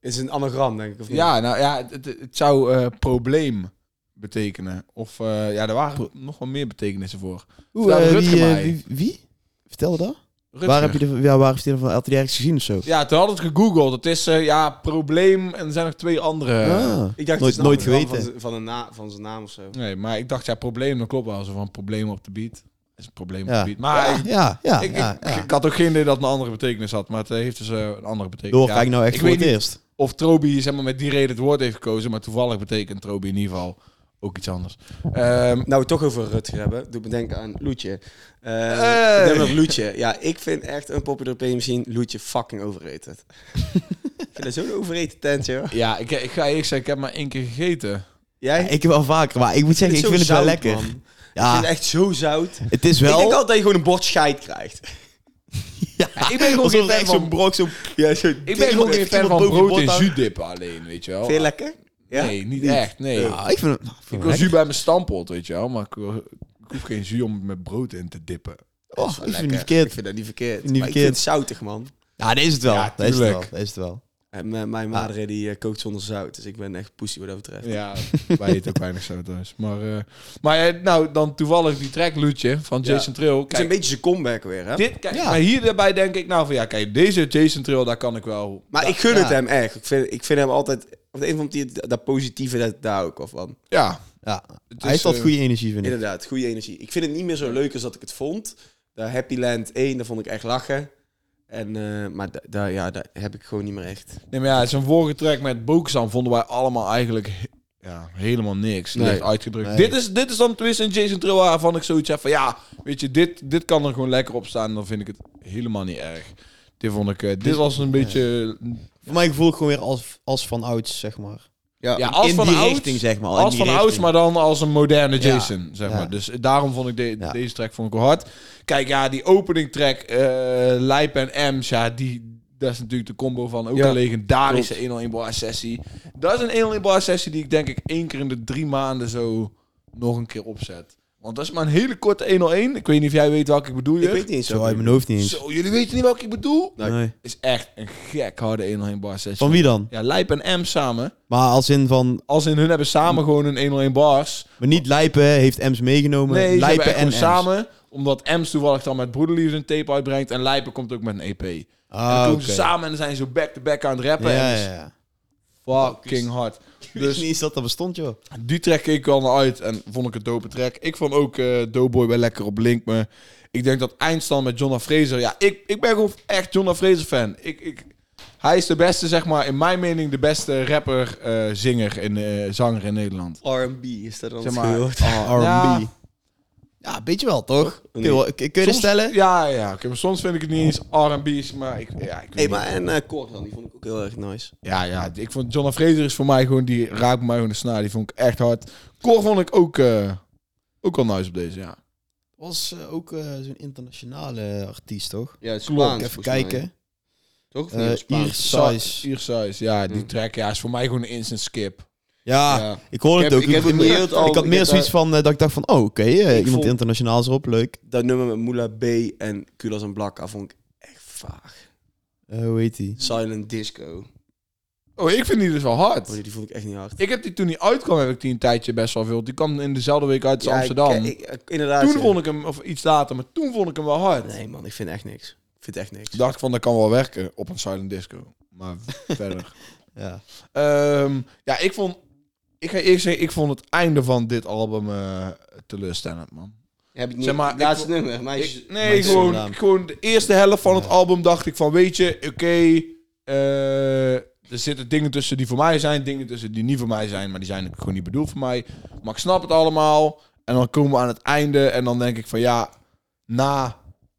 Is een anagram, denk ik. Of niet? Ja, nou ja, het, het- het zou eh, probleem betekenen. Of eh, ja, er waren nog wel meer betekenissen voor. Oeh, Vertel eh, Rutger wie, eh, mij. wie, wie? Vertel dat. Rutger. Waar heb je de, ja, waar heb je de van LTD ergens gezien of zo? Ja, toen had ik gegoogeld. Het is eh, ja, probleem en er zijn nog twee andere. Ah, Ik dacht, het nooit, is een nooit anagram geweten. Van, z- van, een na, van zijn naam of zo. Nee, maar ik dacht, ja, probleem, dat klopt wel. Zo van probleem op de beat. Is een probleem op Ja. de beat. Maar ik, ja, ja, ik, ja. ik- ja. ik had ook geen idee dat het een andere betekenis had. Maar het eh, heeft dus eh, een andere betekenis. Door Ja, ga ik nou echt ik voor weet het niet eerst. of Trobi zeg maar, met die reden het woord heeft gekozen. Maar toevallig betekent Trobi in ieder geval ook iets anders. Ehm, Nou, we het toch over Rutger hebben. Doe me denken aan Loetje. Eh Hey. nummer Loetje. Ja, ik vind echt een popular opinion misschien Loetje fucking overrated. ik vind dat zo'n overrated tent, joh. ja, ik, ik ga eerlijk zeggen, ik heb maar één keer gegeten. Jij? Ik wel vaker, maar ik moet zeggen, ik zo vind het wel zout, lekker. man. Ik Ja, vind het echt zo zout. het is Ik denk wel... Oh. altijd dat je gewoon een bord scheid krijgt. Ik ben gewoon Alsof geen het fan echt zo'n van, brok, zo'n... Ja, zo ik ben gewoon geen fan iemand van boven je brood en bord hangt. zuurdip alleen, weet je wel. Vind je lekker? Ja? Nee, niet echt, nee. Ja, ik vind het... nou, ik Ik vind wil het zuur bij mijn stampot, weet je wel. Maar ik, wil- ik hoef geen zuur om met brood in te dippen. lekker. Oh, ik vind het niet Ik verkeerd. vind dat niet verkeerd. Niet maar ik verkeerd. vind het zoutig, man. Ja, dat is het wel. Ja, dat is het wel. tuurlijk. Dat is het wel. En mijn, mijn madre die eh, kookt zonder zout. Dus ik ben echt pussy wat dat betreft. Ja, wij eten ook weinig zo thuis. Maar, eh, maar eh, nou, dan toevallig die track Loetje van Ja. Jason Trill. Het is een Kijk, beetje zijn comeback weer, hè? dit, kijk Ja. maar hier daarbij denk ik nou van ja, kijk, deze Jason Trill, daar kan ik wel. Maar ik gun ja. het hem echt. Ik vind, ik vind hem altijd... Op de een of andere manier, dat positieve, dat, daar hou ik wel van. Ja, Ja, hij is, heeft altijd eh, goede energie, vind ik. Inderdaad, goede energie. Ik vind het niet meer zo leuk als dat ik het vond. De Happy Land 1, daar vond ik echt lachen. En, eh, maar da- daar ja, daar heb ik gewoon niet meer echt. nee, maar ja, zijn vorige track met Bokusam vonden wij allemaal eigenlijk he- ja, helemaal niks. Nee. Licht uitgedrukt. Nee. Dit, is, dit is dan tenminste een Jason Trill waarvan ik zoiets heb van ja, weet je, dit, dit kan er gewoon lekker op staan. Dan vind ik het helemaal niet erg. Dit vond ik, eh, dit was een beetje, Voor mijn gevoel gewoon weer als, als van ouds, zeg maar. ja, als in van die ouds, richting, zeg maar. in Als die van ouds, richting. maar dan als een moderne Ja. Jason, zeg Ja. maar. Dus daarom vond ik de- Ja. deze track vond ik wel hard. Kijk, ja, die opening track, eh Lijp en Ems, ja, die, dat is natuurlijk de combo van ook Ja, een legendarische 101 bar sessie. Dat is een 101 bar sessie die ik denk ik één keer in de drie maanden zo nog een keer opzet. Want dat is maar een hele korte 101. Ik weet niet of jij weet welke ik bedoel, Ik je. weet niet eens Zo wat uit ik mijn hoofd niet eens. Zo, jullie weten niet welke ik bedoel? Nee. Nee. Is echt een gek harde 101 bar sessie. Van wie dan? Ja, Lijp en Ems samen. Maar als in van... Als in hun hebben samen gewoon een 101 bars. Maar niet Lijpen heeft Ems meegenomen. Nee, ze hebben Lijpen echt en gewoon Ems. samen. Omdat Ems toevallig dan met Broederliefde een tape uitbrengt. En Lijpen komt ook met een EP. en dan Ah, komen oké. ze samen en dan zijn ze zo back-to-back aan het rappen. Ja, en ja, dat is ja. fucking hard. Dus niet Dus eens dat dat bestond, joh. die track keek ik wel naar uit. En vond ik een dope track. Ik vond ook eh Doughboy wel lekker op Link me. Ik denk dat eindstand met Jonna Fraser... Ja, ik, ik ben gewoon echt Jonna Fraser fan. Ik, ik, hij is de beste, zeg maar, in mijn mening de beste rapper, eh, zinger en eh, zanger in Nederland. R&B is dat dan Zeg het maar, gehoord? R&B. Ja. Ja, weet je wel, toch? Kun Nee. je, wel- kun je dat Soms- stellen? Ja, ja. Oké, maar soms vind ik het niet eens R&B's, maar ik, ja, ik weet Hey, niet. maar en eh Kortland, die vond ik ook heel erg nice. Ja, ja. Ik vond John Fraser is voor mij gewoon die raakt mij gewoon de snaar. Die vond ik echt hard. Cor vond ik ook, eh, ook wel nice op deze. Ja. was eh, ook eh, zo'n internationale artiest, toch? Ja, Spaans. Ik even volgens mij. kijken. Toch? Eh, Iers Size. Hmm. Hier size. Ja, die Hm. track. Ja, is voor mij gewoon een instant skip. Ja, Ja. ik hoorde Ik het heb- ook. ik heb het niet ik, al- had ik meer heb zoiets van eh, dat ik dacht van, oh, oké, eh, iemand vond- internationaals erop, leuk. Dat nummer met Moula B en Kulas en Blakka vond ik echt vaag. Eh, hoe heet die? Silent Disco. Oh, ik vind die dus wel Oh, hard. die vond ik echt niet hard. Ik heb die toen die uitkwam, heb ik die een tijdje best wel veel. Die kwam in dezelfde week uit als Ja, ik- Amsterdam. ik- ik- inderdaad. toen ja. vond ik hem, of iets later, maar toen vond ik hem wel hard. Nee man, ik vind echt niks. Ik vind echt niks. Ik dacht van, dat kan wel werken op een silent disco. Maar verder. Ja. Ehm, ja, ik vond. Ik ga eerst zeggen, ik vond het einde van dit album eh, teleurstellend, man. Heb ik niet. Zeg maar, het laatste ik- nummer. Meisjes, Ik, nee, is zo'n naam. gewoon, gewoon de eerste helft van het album dacht ik van, weet je, oké, eh, er zitten dingen tussen die voor mij zijn, dingen tussen die niet voor mij zijn, maar die zijn ook gewoon niet bedoeld voor mij. Maar ik snap het allemaal. En dan komen we aan het einde en dan denk ik van, ja, na,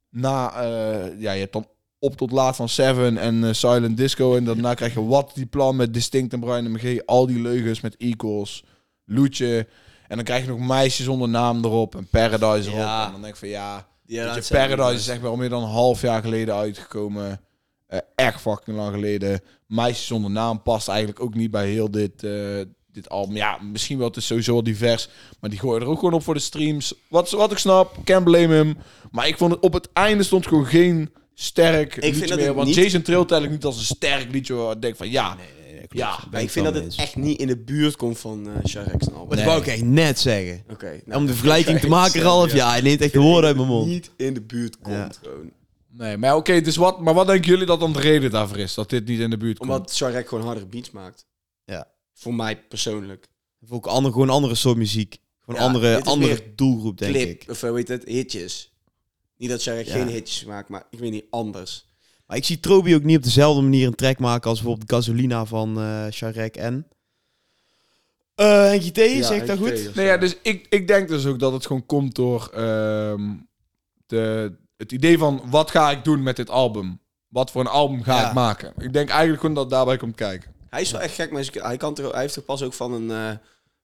na eh, ja, je hebt dan op tot laat van Seven en eh, Silent Disco. En daarna krijg je wat die plan met Distinct en Brian MG. Al die leugens met Equals, Loetje. En dan krijg je nog meisjes zonder naam erop en Paradise erop. Ja. En dan denk ik van ja, Ja, weet dat je, zijn Paradise die is echt wel meer dan een half jaar geleden uitgekomen. Eh, echt fucking lang geleden. Meisjes zonder naam past eigenlijk ook niet bij heel dit, eh, dit album. Ja, misschien wel, het is sowieso al divers. Maar die gooien er ook gewoon op voor de streams. Wat, wat ik snap, can blame him. Maar ik vond het op het einde stond gewoon geen sterk liedje vind dat meer. het Want niet- Jason Trail tel ik niet als een sterk liedje waar ik denk van ja. ja, Maar ik vind dat het echt niet in de buurt komt van eh Sharex en Albert. Dat wou ik echt net zeggen. Oké. nou, Om de vergelijking te maken, Ralf. Ja, hij neemt echt de woorden uit mijn mond. Niet in de buurt komt Ja. gewoon. Nee, maar oké, dus wat, maar wat denken jullie dat dan de reden daarvoor is? Dat dit niet in de buurt komt? Omdat Sharex gewoon hardere beats maakt. Ja. Voor mij persoonlijk. Of ook ander, gewoon andere soort muziek. Gewoon Ja, andere, dit is andere meer doelgroep, denk Clip, ik. of eh, weet het, hitjes. Niet dat Sharex Ja. geen hitjes maakt, maar ik weet niet, anders. Maar ik zie Trobi ook niet op dezelfde manier een track maken als bijvoorbeeld Gasolina van eh Sharek en... Eh Henkie T, Ja, zeg ik dat Henkie goed? T, Nee, ja, dus ik, ik denk dus ook dat het gewoon komt door ehm, de, het idee van wat ga ik doen met dit album? Wat voor een album ga Ja. ik maken? Ik denk eigenlijk gewoon dat het daarbij komt kijken. Hij is wel echt gek, maar hij is- hij, kan er, hij heeft er pas ook van een, eh,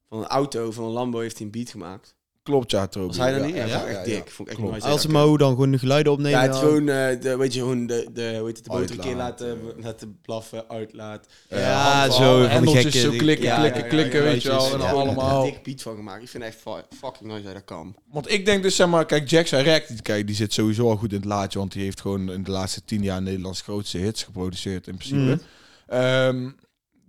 van een auto, van een Lambo, heeft hij een beat gemaakt. Klopt, ja, Trobi. Was hij dat niet? Ja, Ja, vond ik echt ja, ja. dik. Vond ik echt Klopt. nooit zo Als ze gek. maar hoe dan gewoon de geluiden opnemen. Ja, het dan- gewoon, eh, de, weet je, gewoon de, de, hoe heet het, de motor een keer Uitlaat, laten, laten blaffen, uitlaat. Ja, handbal, Ah, zo, van die hendeltjes gekke zo die- klikken, ja, klikken, ja, ja, klikken, ja, weet je ja, wel. ja, En ja, ja. allemaal. Ik heb er een dik beat van gemaakt. Ik vind echt fa- fucking nooit dat dat kan. Want ik denk dus, zeg maar, kijk, Jack Rack, die, kijk, die zit sowieso al goed in het laadje. Want die heeft gewoon in de laatste tien jaar Nederlands grootste hits geproduceerd, in principe. Mhm. Ehm,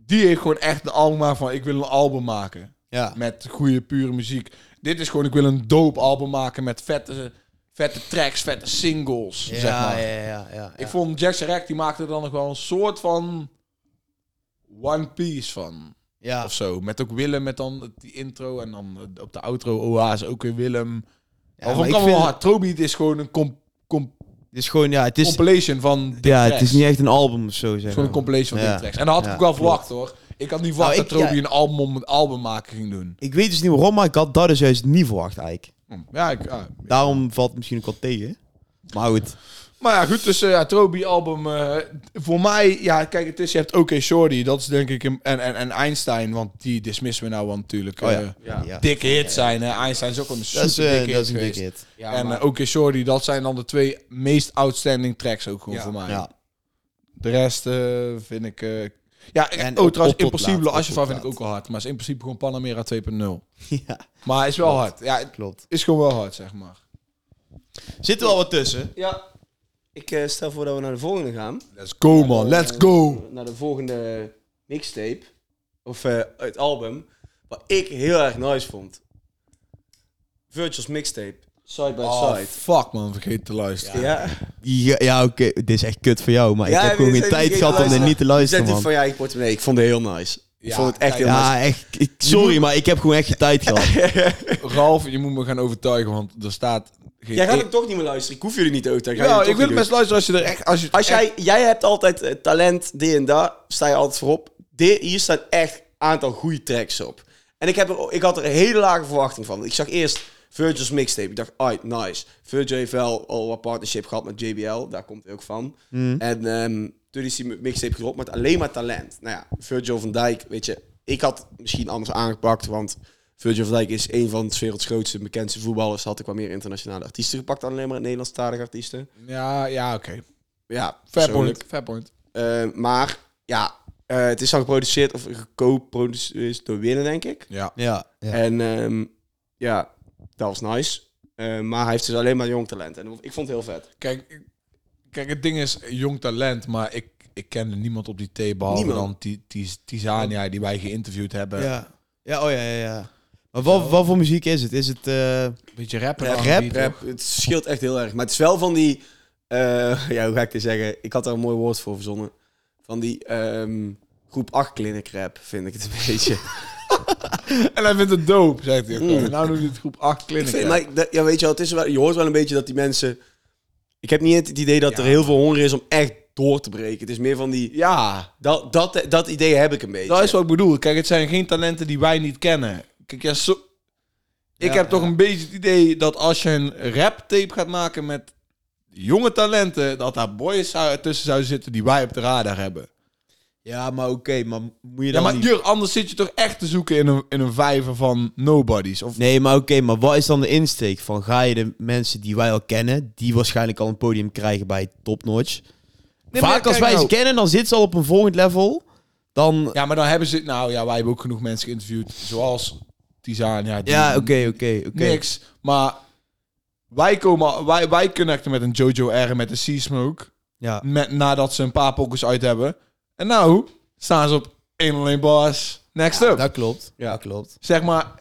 die heeft gewoon echt de alma van, ik wil een album maken. Ja. Met goede, pure muziek. Dit is gewoon, ik wil een dope album maken met vette, vette tracks, vette singles, Ja, zeg maar. ja, ja, ja, ja. Ik vond Jack Rack, die maakte er dan nog wel een soort van One Piece van ja. of zo. Met ook Willem, met dan het- die intro en dan eh, op de outro oase ook weer Willem. Ja, Ja, maar of ik kan vind- wel hard. Trobeat is gewoon een comp- comp- Het is gewoon, ja, het is, compilation van dit ja, het is niet echt een album of zo, zeg gewoon een maar. compilation van Ja. dit tracks. En dat had ik Ja, ook wel klopt. verwacht hoor. Ik had niet verwacht Nou, dat ik- ja. Trobi een album om het album maken ging doen. Ik weet dus niet waarom, maar ik had dat dus juist niet verwacht eigenlijk. Hm, Ja, ik, ja. Daarom valt het misschien ook wel tegen. Maar goed. Maar ja, goed, dus eh, ja, Trobi album. eh, voor mij, ja, kijk, het is, je hebt OK Shorty, dat is denk ik, een- en, en, en Einstein, want die dismissen we nou, want natuurlijk Oh ja. eh, Ja, Ja. dikke hits zijn. Hè. Einstein is ook een super Dat is, eh, dikke dat hit is een geweest. dikke hit. ja en maar- eh, OK Shorty, dat zijn dan de twee meest outstanding tracks ook gewoon Ja. voor mij. Ja. De rest eh, vind ik... eh, ja, ik- En oh, op- op trouwens, tot Impossible laat, op Asjefa tot vind ik laat. ook wel hard. Maar is in principe gewoon Panamera 2.0. ja, Maar is wel hard. Ja, het klopt. is gewoon wel hard, zeg maar. Zit er wel wat tussen? Ja. Ik eh, stel voor dat we naar de volgende gaan. Let's go, man. Let's Eh, go. Naar de volgende mixtape. Of eh, het album. Wat ik heel erg nice vond. Virtuals mixtape. Side by Oh, side. fuck, man. Vergeet te luisteren. Ja, Ja, ja, oké. Dit is echt kut voor jou, maar Ja, ik heb gewoon dit geen is tijd echt gehad om er geluisterd. niet te zet luisteren, dit man. van je eigen portemonnee. Ik vond het heel nice. Ik Ja, vond het echt heel nice. Ja, echt. ik- sorry, maar ik heb gewoon echt geen tijd gehad. Ralf, je moet me gaan overtuigen, want er staat... Geen Jij gaat e- hem toch niet meer luisteren. Ik hoef jullie niet ook te gaan. ja, ik wil het best luisteren als je er echt... Als, je, Als jij, jij hebt altijd eh, talent, dit en daar, sta je altijd voorop. Dit, hier staan echt een aantal goede tracks op. En ik, heb er, ik had er een hele lage verwachting van. Ik zag eerst Virgil's mixtape. Ik dacht, ah, nice. Virgil heeft wel al wat partnership gehad met JBL. Daar komt hij ook van. Mm. En ehm, toen is die mixtape gedropt met alleen maar talent. Nou ja, Virgil van Dijk, weet je. Ik had misschien anders aangepakt, want Virgil van Dijk is een van de werelds grootste, bekendste voetballers. Had ik wat meer internationale artiesten gepakt dan alleen maar Nederlandstalige artiesten. Ja, ja, oké. Ja, Fair persoonlijk. point. Fair point. Eh, maar ja, eh, het is dan geproduceerd of geco-produceerd door Winnen, denk ik. Ja. Ja, ja. En ehm, ja, dat was nice. Eh, maar hij heeft dus alleen maar jong talent. En ik vond het heel vet. Kijk, ik- kijk, het ding is jong talent, maar ik, ik kende niemand op die thee behalve Niemand. dan Ti- Ti- Tizania, die wij geïnterviewd hebben. ja. Ja, oh ja, ja, ja. Maar wat, wat voor muziek is het? Is het... eh, Beetje rapper. Ja, dan rap, die, toch? Rap, het scheelt echt heel erg. Maar het is wel van die... eh, ja, hoe ga ik dit zeggen? Ik had daar een mooi woord voor verzonnen. Van die ehm, groep 8 clinic rap, vind ik het een beetje. En hij vindt het dope, zegt hij. ook gewoon. En Nou noemt hij het groep 8 Ik clinic. vind- rap. maar ik- dat- ja, weet je, wel, het is wel, je hoort wel een beetje dat die mensen... Ik heb niet het idee dat er heel veel honger is om echt door te breken. Het is meer van die... Ja, Dat, dat, dat idee heb ik een beetje. dat is wat ik bedoel. Kijk, het zijn geen talenten die wij niet kennen. Kijk, ja, zo... ik Ja, heb ja. toch een beetje het idee dat als je een rap tape gaat maken met jonge talenten, dat daar boys zou, tussen zouden zitten die wij op de radar hebben. ja, maar oké, maar moet je Ja, dan maar niet- Jur, anders zit je toch echt te zoeken in een, in een vijver van nobodies. Of Nee, maar oké, maar wat is dan de insteek? Van ga je de mensen die wij al kennen, die waarschijnlijk al een podium krijgen bij Top Notch. Nee, maar Vaak ja, kijk als wij ze nou. kennen, dan zit ze al op een volgend level. Dan... Ja, maar dan hebben ze... Nou ja, wij hebben ook genoeg mensen geïnterviewd. Zoals Tizan. Ja, die- Ja, oké, oké, oké. Niks. Maar wij, komen, wij, wij connecten met een Jojo R en met een Seasmoke. Ja. Met, nadat ze een paar pokkers uit hebben. En nou staan ze op 1 alleen Bas. Next up. Dat klopt. Ja. Dat klopt. Zeg maar...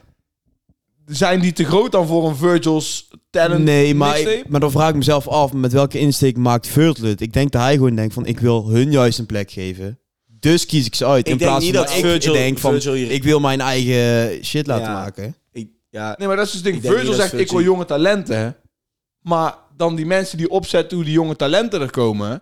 Zijn die te groot dan voor een Virgil's talent Nee, maar, mixtape? maar dan vraag ik mezelf af met welke insteek maakt Virgil het. Ik denk dat hij gewoon denkt van ik wil hun juist een plek geven. Dus kies ik ze uit. Ik in denk plaats niet van dat ik Virgil- denk van Virgil hier- ik wil mijn eigen shit laten Ja. maken. Ik, ja, Nee, maar dat is dus het Ik ding. denk Virgil niet dat zegt, ik wil Virgil- jonge talenten. hè. Maar dan die mensen die opzetten hoe die jonge talenten er komen...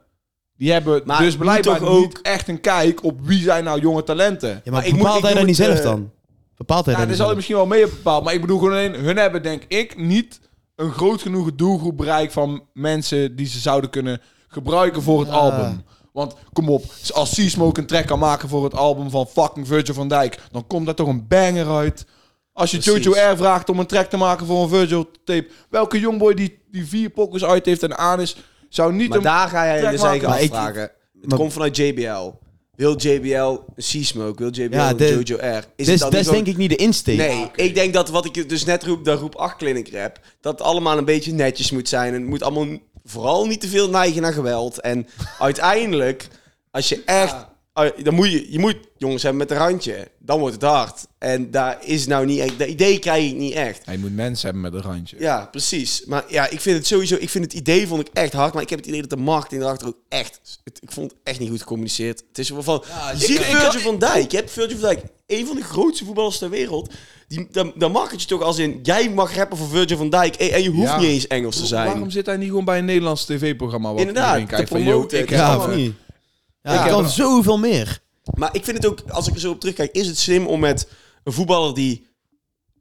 Die hebben Maar dus moet blijkbaar toch ook- niet echt een kijk op wie zijn nou jonge talenten. Ja, maar ik moet- bepaalt ik hij doe dat niet het, zelf eh, dan? Bepaalt hij Ja, dat daar zal niet je zelf? misschien wel mee op bepaald. Maar ik bedoel gewoon alleen, hun hebben denk ik niet een groot genoeg doelgroep bereik van mensen die ze zouden kunnen gebruiken voor het Ja. album. Want kom op, als C-Smoke een track kan maken voor het album van fucking Virgil van Dijk, dan komt daar toch een banger uit. Als je Precies. Jojo R vraagt om een track te maken voor een Virgil tape, welke jongboy die, die vier pokkers uit heeft en aan is, zou niet maar een... daar ga jij Trek je dus maar- eigen Maar ik- afvragen. het maar- komt vanuit JBL. Wil JBL een C-Smoke? Wil JBL Ja, een de- Jojo R? Is Dat is dan dat is niet gewoon- denk ik niet de insteek. Nee, ik denk dat wat ik dus net roep, dat roep 8 clinic rap, dat het allemaal een beetje netjes moet zijn. En het moet allemaal n- vooral niet te veel neigen naar geweld. En uiteindelijk, als je echt, ui- dan moet je, je moet jongens hebben met een randje. Dan wordt het hard. En daar is nou niet echt, dat idee krijg ik niet echt. Hij moet mensen hebben met een randje. Ja, precies. Maar ja, ik vind het sowieso, ik vind het idee vond ik echt hard. Maar ik heb het idee dat de markt in de achter ook echt, het- ik vond het echt niet goed gecommuniceerd. Het is wel van, je ziet Virgil van Dijk. Je hebt Virgil van Dijk, een van de grootste voetballers ter wereld. Die, dan, dan mag het je toch als in, jij mag rappen voor Virgil van Dijk. En, en je hoeft Ja. niet eens Engels te zijn. Waarom zit hij niet gewoon bij een Nederlands tv-programma? wat Inderdaad, iedereen kijkt te van, yo, promoten. ik heb Ja, een- of niet? Ja, ik ik heb kan er- zoveel meer. Maar ik vind het ook, als ik er zo op terugkijk, is het slim om met een voetballer die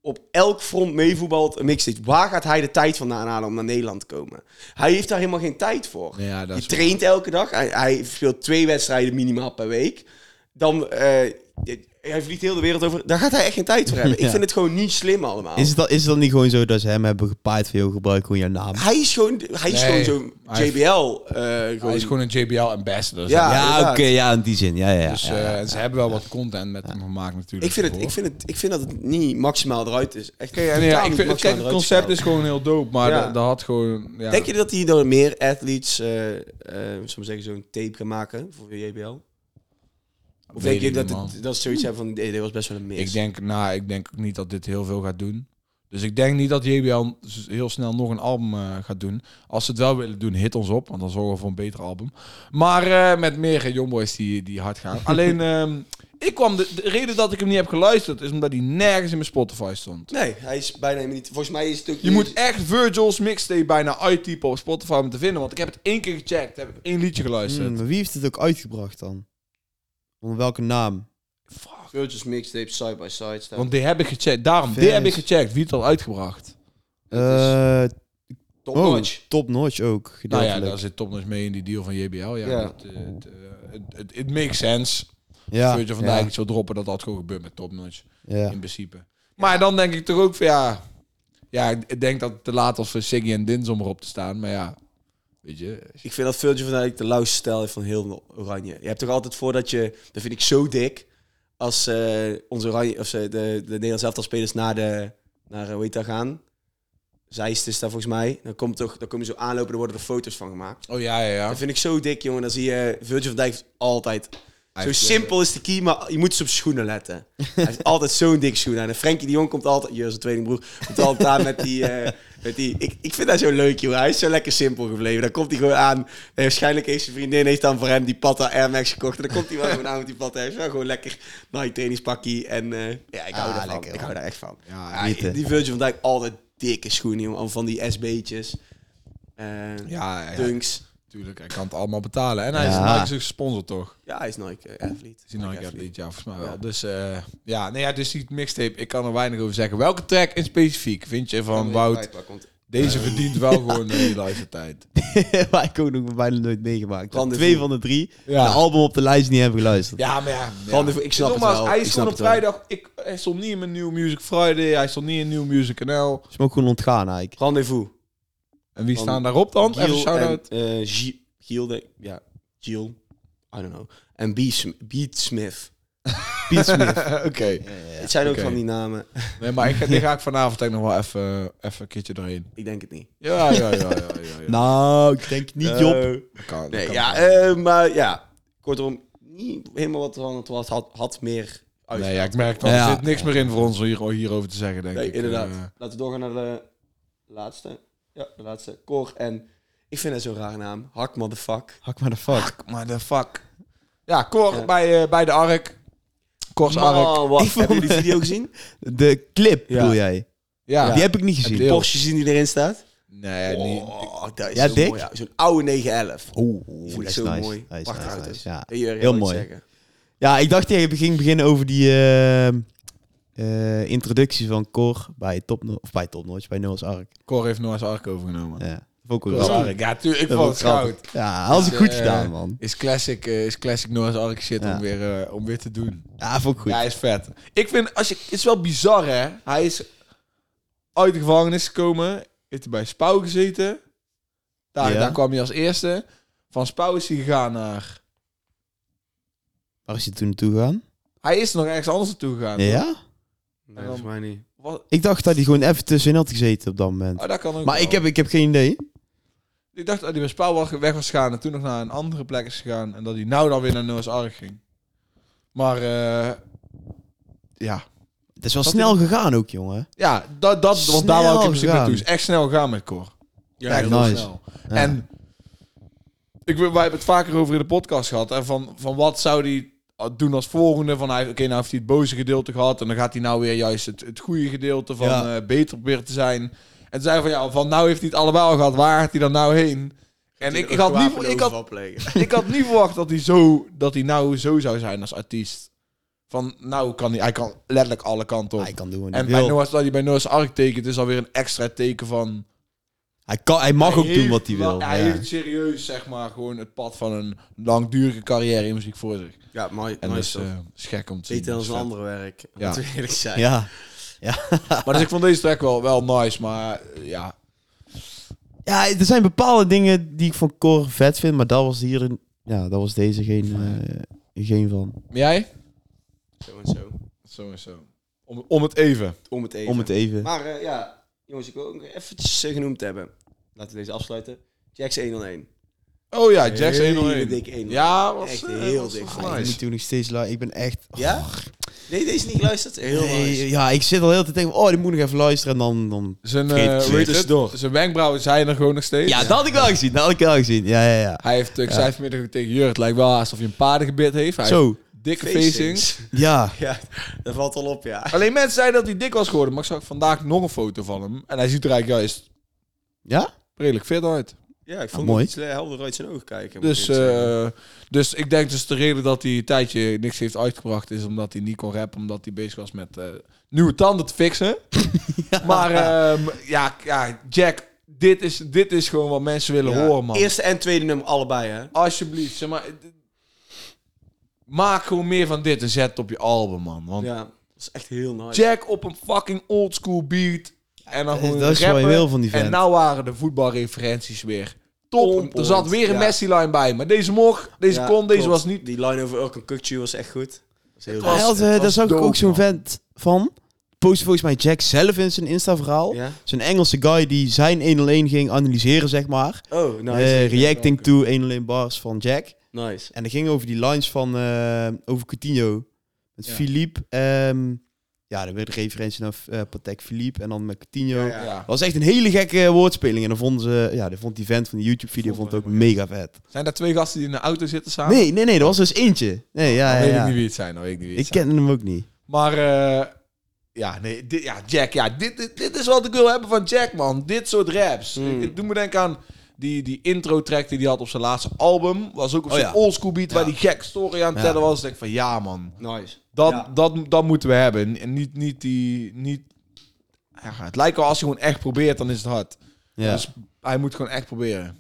op elk front meevoetbalt een mixtape. Waar gaat hij de tijd vandaan halen om naar Nederland te komen? Hij heeft daar helemaal geen tijd voor. Ja, dat je is traint elke dag. Hij, hij speelt twee wedstrijden minimaal per week. Dan, eh, hij vliegt heel de wereld over. Daar gaat hij echt geen tijd voor hebben. Ja. Ik vind het gewoon niet slim allemaal. Is het, dan, is het dan niet gewoon zo dat ze hem hebben gepaaid voor jou gebruik gewoon jouw naam? Hij is gewoon, hij is Nee, gewoon zo'n hij- JBL. eh, gewoon. Hij is gewoon een JBL-ambassador. Ja, Ja, oké, inderdaad. ja, in die zin. Ja, ja, ja. Dus ja. eh, en ze hebben wel wat content met hem gemaakt natuurlijk. Ik vind, het, ik, ervoor. vind het, ik vind dat het niet maximaal eruit is. Echt Kijk, en totaal ja, ik niet vind- maximaal kijk, het eruit concept gespeeld. is gewoon heel dope, maar Ja. dat, dat had gewoon... Ja. Denk je dat hij door meer athletes, eh eh zullen we zeggen, zo'n tape kan maken voor de JBL? Weet Of denk ik je niet, dat, man. het, dat ze zoiets hebben van, nee, dit was best wel een mis. Ik denk, nou, ik denk ook niet dat dit heel veel gaat doen. Dus ik denk niet dat JBL z- heel snel nog een album eh, gaat doen. Als ze het wel willen doen, hit ons op, want dan zorgen we voor een beter album. Maar eh, met meer eh, jongboys die, die hard gaan. Alleen, ehm, ik kwam de, de reden dat ik hem niet heb geluisterd is omdat hij nergens in mijn Spotify stond. Nee, hij is bijna helemaal niet... Volgens mij is het ook Je moet echt Virgil's mixtape bijna uittypen op Spotify om te vinden. Want ik heb het één keer gecheckt, heb ik één liedje geluisterd. Hmm, maar wie heeft het ook uitgebracht dan? Onder welke naam? Virtuous mixtape side by side staan. Want die heb ik gecheckt. Daarom, die Vers. heb ik gecheckt. Wie het al uitgebracht? Eh, Top oh, notch. Top notch ook, Nou gedeeltelijk. ja, daar zit Topnotch mee in die deal van JBL. Ja, Ja. dat, eh, het, eh, het- het- it makes sense. ja. Virgil van Dijk zou droppen, dat had gewoon gebeurd met Topnotch. Ja. In principe. Maar dan denk ik toch ook van ja... Ja, ik denk dat het te laat was voor Siggy en Dins om erop te staan. Maar ja, weet je... Ik vind dat Virgil van Dijk de lauwste stijl heeft van heel Oranje. Je hebt toch altijd voor dat je... Dat vind ik zo dik. Als eh, onze Oranje... Of eh, de, de Nederlandse elftalspelers naar de... Naar, eh, hoe heet dat gaan? Zeist is daar volgens mij. Dan, komt toch, dan komen ze zo aanlopen, dan worden er foto's van gemaakt. Oh ja, ja, ja. Dat vind ik zo dik, jongen. Dan zie je Virgil van Dijk heeft altijd. Hij zo heeft, simpel is de key, maar je moet eens op schoenen letten. Hij heeft altijd zo'n dik schoen aan. En Frenkie de Jong komt altijd, je zijn tweede broer, komt altijd aan met die... eh, met die ik, ik vind dat zo leuk, joh. Hij is zo lekker simpel gebleven. Dan komt hij gewoon aan. En waarschijnlijk heeft zijn vriendin heeft dan voor hem die Patta Air Max gekocht. En dan komt hij wel gewoon aan met die Patta Air. Hij is wel gewoon lekker Nike trainingspakkie. En eh, ja, ik hou Ah, daarvan. lekker, ik hou daar echt van. Ja, Ja, genieten. die Virgil van Dijk, altijd dikke schoenen, jongen. Van die SB'tjes. Eh Ja, ja, Dunks. natuurlijk. Hij kan het allemaal betalen. En hij is Ja. hij is een sponsor, toch? Ja, hij is Nike eh, athlete. Is hij nou een athlete. liedje, ja, volgens mij wel. Ja. Dus eh, ja, nee, ja, dus die mixtape, ik kan er weinig over zeggen. Welke track in specifiek vind je van Wout? Deze verdient wel gewoon een luistertijd. Waar ik ook nog bijna nooit meegemaakt. heb. Rendezvous. Twee van de drie. Ja. De album op de lijst niet hebben geluisterd. Ja, maar ja. Van de- ik snap het Nogmaals, wel, Hij ik is snap gewoon op het wel. vrijdag. Ik, hij stond niet in mijn New Music Friday. Hij stond niet in New Music NL. Is me ook gewoon ontgaan eigenlijk. Rendezvous. En wie Van staan daarop dan? Even Giel en shout-out. eh, Gi- Giel, denk- ja, Giel. I don't know. En B. Sm- Beat Smith. Piet Smith. Oké. Het zijn ook Oké. van die namen. Nee, maar ik ga, die ga ik vanavond denk ik nog wel even, even een keertje doorheen. Ik denk het niet. Ja, ja, ja. ja, ja, ja, ja. nou, ik denk niet Job. Eh, Dat kan, dat nee, kan. ja, eh, maar ja. Kortom, niet helemaal wat van het was. Had, had meer uit. Nee, ja, ik merk dat. Ja. Er zit niks meer in voor ons om hier, hierover te zeggen, denk Nee, ik. inderdaad. Eh, Laten we doorgaan naar de laatste. Ja, de laatste. Cor en... Ik vind dat zo'n raar naam. Hak motherfuck. Hak maar de fuck. maar de fuck. Ja, Cor Ja. Bij, eh, bij de Ark. Cor's Ark. Man, wat. Ik vond- Oh, Hebben jullie die video gezien? De clip, Ja. bedoel jij? Ja. Ah, Die heb ik niet gezien. Deel. Porsche zien die erin staat. Nee, niet. Oh, dat is Ja, zo dik. mooi. ja. Zo'n oude 911. Oeh, Die dat vind ik Oh, is zo nice. mooi. Nice, Prachtig nice, auto's. nice. Ja. Hier, Heel moet ik moy. zeggen. ja, ik dacht je ging beginnen over die eh, eh, introductie van Cor bij Top No- of bij Top Notch, bij Noah's Ark. Cor heeft Noah's Ark overgenomen. Ja, dat vond ik ook Noah's grappig. Ark. Ja, tuurlijk. Ik Dat vond vond het ik grappig. goud. Ja, had ik goed Eh, gedaan, man. Is classic, eh, is classic Noah's Ark shit Ja. om, weer, eh, om weer te doen. Ja, vond ik goed. Ja, hij is vet. Ik vind, als je, het is wel bizar, hè. Hij is uit de gevangenis gekomen. Heeft hij bij Spouw gezeten. Daar, Ja. daar kwam hij als eerste. Van Spouw is hij gegaan naar... Waar is hij toen naartoe gegaan? Hij is nog ergens anders naartoe gegaan. Ja? Nee, volgens mij niet. Wat- Ik dacht dat hij gewoon even tussenin had gezeten op dat moment. Oh, dat kan ook Maar wel. ik heb, ik heb geen idee. Ik dacht dat hij bij Spouw wel weg was gegaan en toen nog naar een andere plek is gegaan. En dat hij nou dan weer naar Noah's Ark ging. Maar eh, ja. Het is wel Wat snel gegaan ook, jongen. Ja, dat, dat, want daar Snel wou ik in principe gegaan. naartoe. Is echt snel gegaan met Cor. Ja, echt heel nice. snel. Ja. En ik, wil- wij hebben het vaker over in de podcast gehad. En van, van wat zou hij doen als volgende? Van hij, oké, nou heeft hij het boze gedeelte gehad. En dan gaat hij nou weer juist het, het goede gedeelte van Ja. eh, beter weer te zijn. En toen zei hij van ja, van nou heeft hij het allemaal gehad. Waar gaat hij dan nou heen? En ik, ik, had niet, ik, had, ik had niet verwacht dat hij, zo, dat hij nou zo zou zijn als artiest. Van nou kan hij, hij kan letterlijk alle kanten op. Hij kan doen wat hij en bij wil. Noah's, dat hij bij Noah's Ark tekent is alweer een extra teken van... Hij, kan, hij mag ook Hij doen heeft wat hij wel- wil. Hij ja. heeft serieus, zeg maar, gewoon het pad van een langdurige carrière in muziek voor zich. Ja, mooi. En mooi dus, dat is, zo. eh, is gek om te zien. dus, eh, Beter dan Dat is zijn vet. andere werk. Ja. Laten we eerlijk zijn. ja. Maar dus ik vond deze track wel, wel nice, maar eh, ja. Ja, er zijn bepaalde dingen die ik van Cor vet vind, maar dat was hier een, ja, dat was deze geen, eh, geen van. Jij? Zo en zo. Zo en zo. Om, om het even. Om het even. Om het even. Maar eh, ja, jongens, ik wil ook eventjes eh, genoemd hebben. Laten we deze afsluiten. Jax 101. Oh ja, Jack's Hele 101. dikke 101. Ja, was Echt eh, heel was dik. wel Ik Nice. moet toen nog steeds lu- Ik ben echt. Ja? Nee, deze niet geluisterd? Heel Oh. Nee, eh, nice. Ja, ik zit al heel de tijd te denken, oh, die moet nog even luisteren en dan. dan... Zijn, Vergeet eh het. weet het, Tussendoor. zijn wenkbrauwen zijn er gewoon nog steeds. Ja, dat had ik wel gezien. Dat had ik wel gezien. Ja, ja, ja. Hij heeft, eh, ik zei vanmiddag ook tegen Jurk, het lijkt wel alsof hij een paardengebit heeft. Hij heeft Zo. dikke Facings. facings. Ja. Ja, dat valt al op, ja. Alleen mensen zeiden dat hij dik was geworden, maar ik zag vandaag nog een foto van hem. En hij ziet er eigenlijk juist Ja? redelijk fit uit. Ja, ik Ah, vond mooi. het iets eh, helder uit zijn ogen kijken. moet ik Dus, eerlijk zeggen. eh, dus ik denk dus de reden dat hij een tijdje niks heeft uitgebracht is omdat hij niet kon rappen, omdat hij bezig was met eh, nieuwe tanden te fixen. Maar ehm, ja, ja, Jack, dit is, dit is gewoon wat mensen willen Ja, horen, man. Oh. Eerste en tweede nummer allebei, hè? Alsjeblieft, zeg maar. d- Maak gewoon meer van dit en zet het op je album, man. Want Ja, dat is echt heel nice. Jack op een fucking oldschool beat. En dan gewoon dat is rappen. wel heel van die En vent. nou waren de voetbalreferenties weer On top. Er point, zat weer een ja. Messi-line bij. Maar deze mocht, deze Ja, kon, deze klopt. was niet. Die line over Urkan Kukcu was echt goed. Dat is heel Hij nice. had, eh, was daar zag ik dope, ook zo'n man. vent van. Post volgens mij Jack zelf in zijn Insta-verhaal. Ja? Zo'n Engelse guy die zijn 101 ging analyseren, zeg maar. Oh, nice. Eh, reacting to 101 bars van Jack. Nice. En dat ging over die lines van eh, over Coutinho. Met Ja. Philippe. ehm, ja, dan werd een referentie naar eh, Patek Philippe en dan met Coutinho. Ja, ja. Ja. Dat was echt een hele gekke eh, woordspeling. En dan vonden ze, ja, dat vond die vent van de YouTube-video vond het ook mega vet. Zijn daar twee gasten die in de auto zitten samen? Nee, nee, nee, dat was dus eentje. Nee, ja, Dan ja, weet ja. ik niet wie het zijn. Dan weet ik niet wie het Ik zijn. ken hem ook niet. Maar eh, ja, nee, dit, ja, Jack, ja, dit, dit, dit is wat ik wil hebben van Jack, man. Dit soort raps. Hmm. Ik, ik doe me denken aan die, die intro-track die hij had op zijn laatste album. Was ook op Oh, zo'n ja. oldschool beat waar die gek story aan het Ja. tellen was. Ik denk van, ja, man. Nice. Dat, Ja. dat, dat moeten we hebben. En niet, niet die. Niet, ja, het lijkt wel als je gewoon echt probeert, dan is het hard. Ja. Dus hij moet gewoon echt proberen.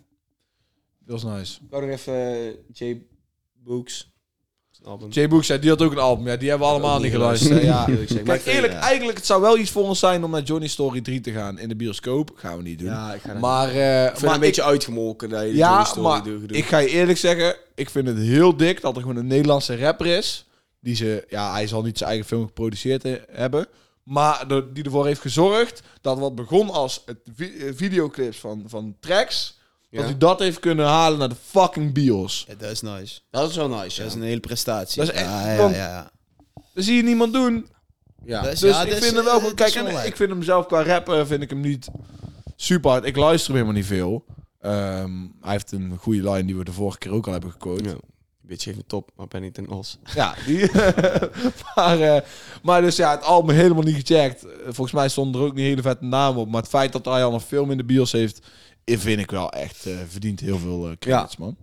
Dat is nice. Ik wou nog even eh, J. Books. Zijn album. Jay Book zei, die had ook een album. Ja, die hebben we allemaal Ook niet geluisterd. Ja. moet ik eerlijk zeggen. Maar Kijk, ik vind- eerlijk, ja. eigenlijk het zou wel iets voor ons zijn om naar Johnny Story 3 te gaan in de bioscoop. Gaan we niet doen. Ja, ik ga dat maar eh, Ik vind maar het een beetje uitgemolken dat je ik, die Johnny ja, Story maar doet. ik ga je eerlijk zeggen, ik vind het heel dik dat er gewoon een Nederlandse rapper is Die ze, ja, hij zal niet zijn eigen film geproduceerd he- hebben. Maar de- die ervoor heeft gezorgd dat wat begon als het vi- eh, videoclips van, van tracks. Dat hij dat heeft kunnen halen naar de fucking bios. Ja, dat is nice. Dat is wel nice, ja. Dat is een hele prestatie. Dat is echt- ja, ja, want- ja, ja. Dat zie je niemand doen. Ja. Dat is- Dus ja, ik dat is- vind hem wel eh, goed. dat is Kijk, en wel ik leuk. vind hem zelf qua rappen vind ik hem niet super hard. Ik luister hem helemaal niet veel. Ehm, hij heeft een goede line die we de vorige keer ook al hebben gequote. Ja, Ja. Bitch, geef me top, maar ben niet een os. die, maar, eh, maar dus ja, het album helemaal niet gecheckt. Eh, Volgens mij stond er ook niet hele vette naam op. Maar het feit dat hij al een film in de bios heeft, eh, vind ik wel echt eh, verdient heel veel eh, credits, man.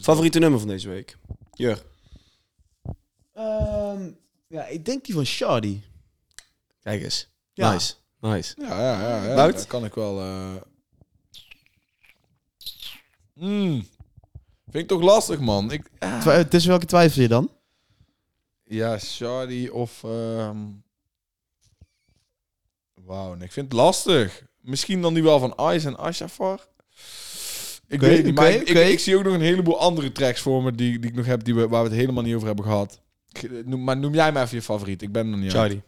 Favoriete nummer van deze week? Jur. Ehm, ja, ik denk die van Shardy. Kijk eens. Ja. Nice. Nice. Ja, ja, ja. ja. Wout? Dat kan ik wel. eh. Mm. Vind ik toch lastig, man. Ik, ah. Twi- eh, Tussen welke twijfel je dan? Ja, Shardy of... ehm, Wauw, nee, ik vind het lastig. Misschien dan die wel van Ice en Ashafar. Ik Oké, weet niet, maar oké, ik, ik- oké. Ik, zie ook nog een heleboel andere tracks voor me die, die ik nog heb, die we, waar we het helemaal niet over hebben gehad. Ik- eh, Noem, maar noem jij maar even je favoriet. Ik ben er nog niet uit. Charlie.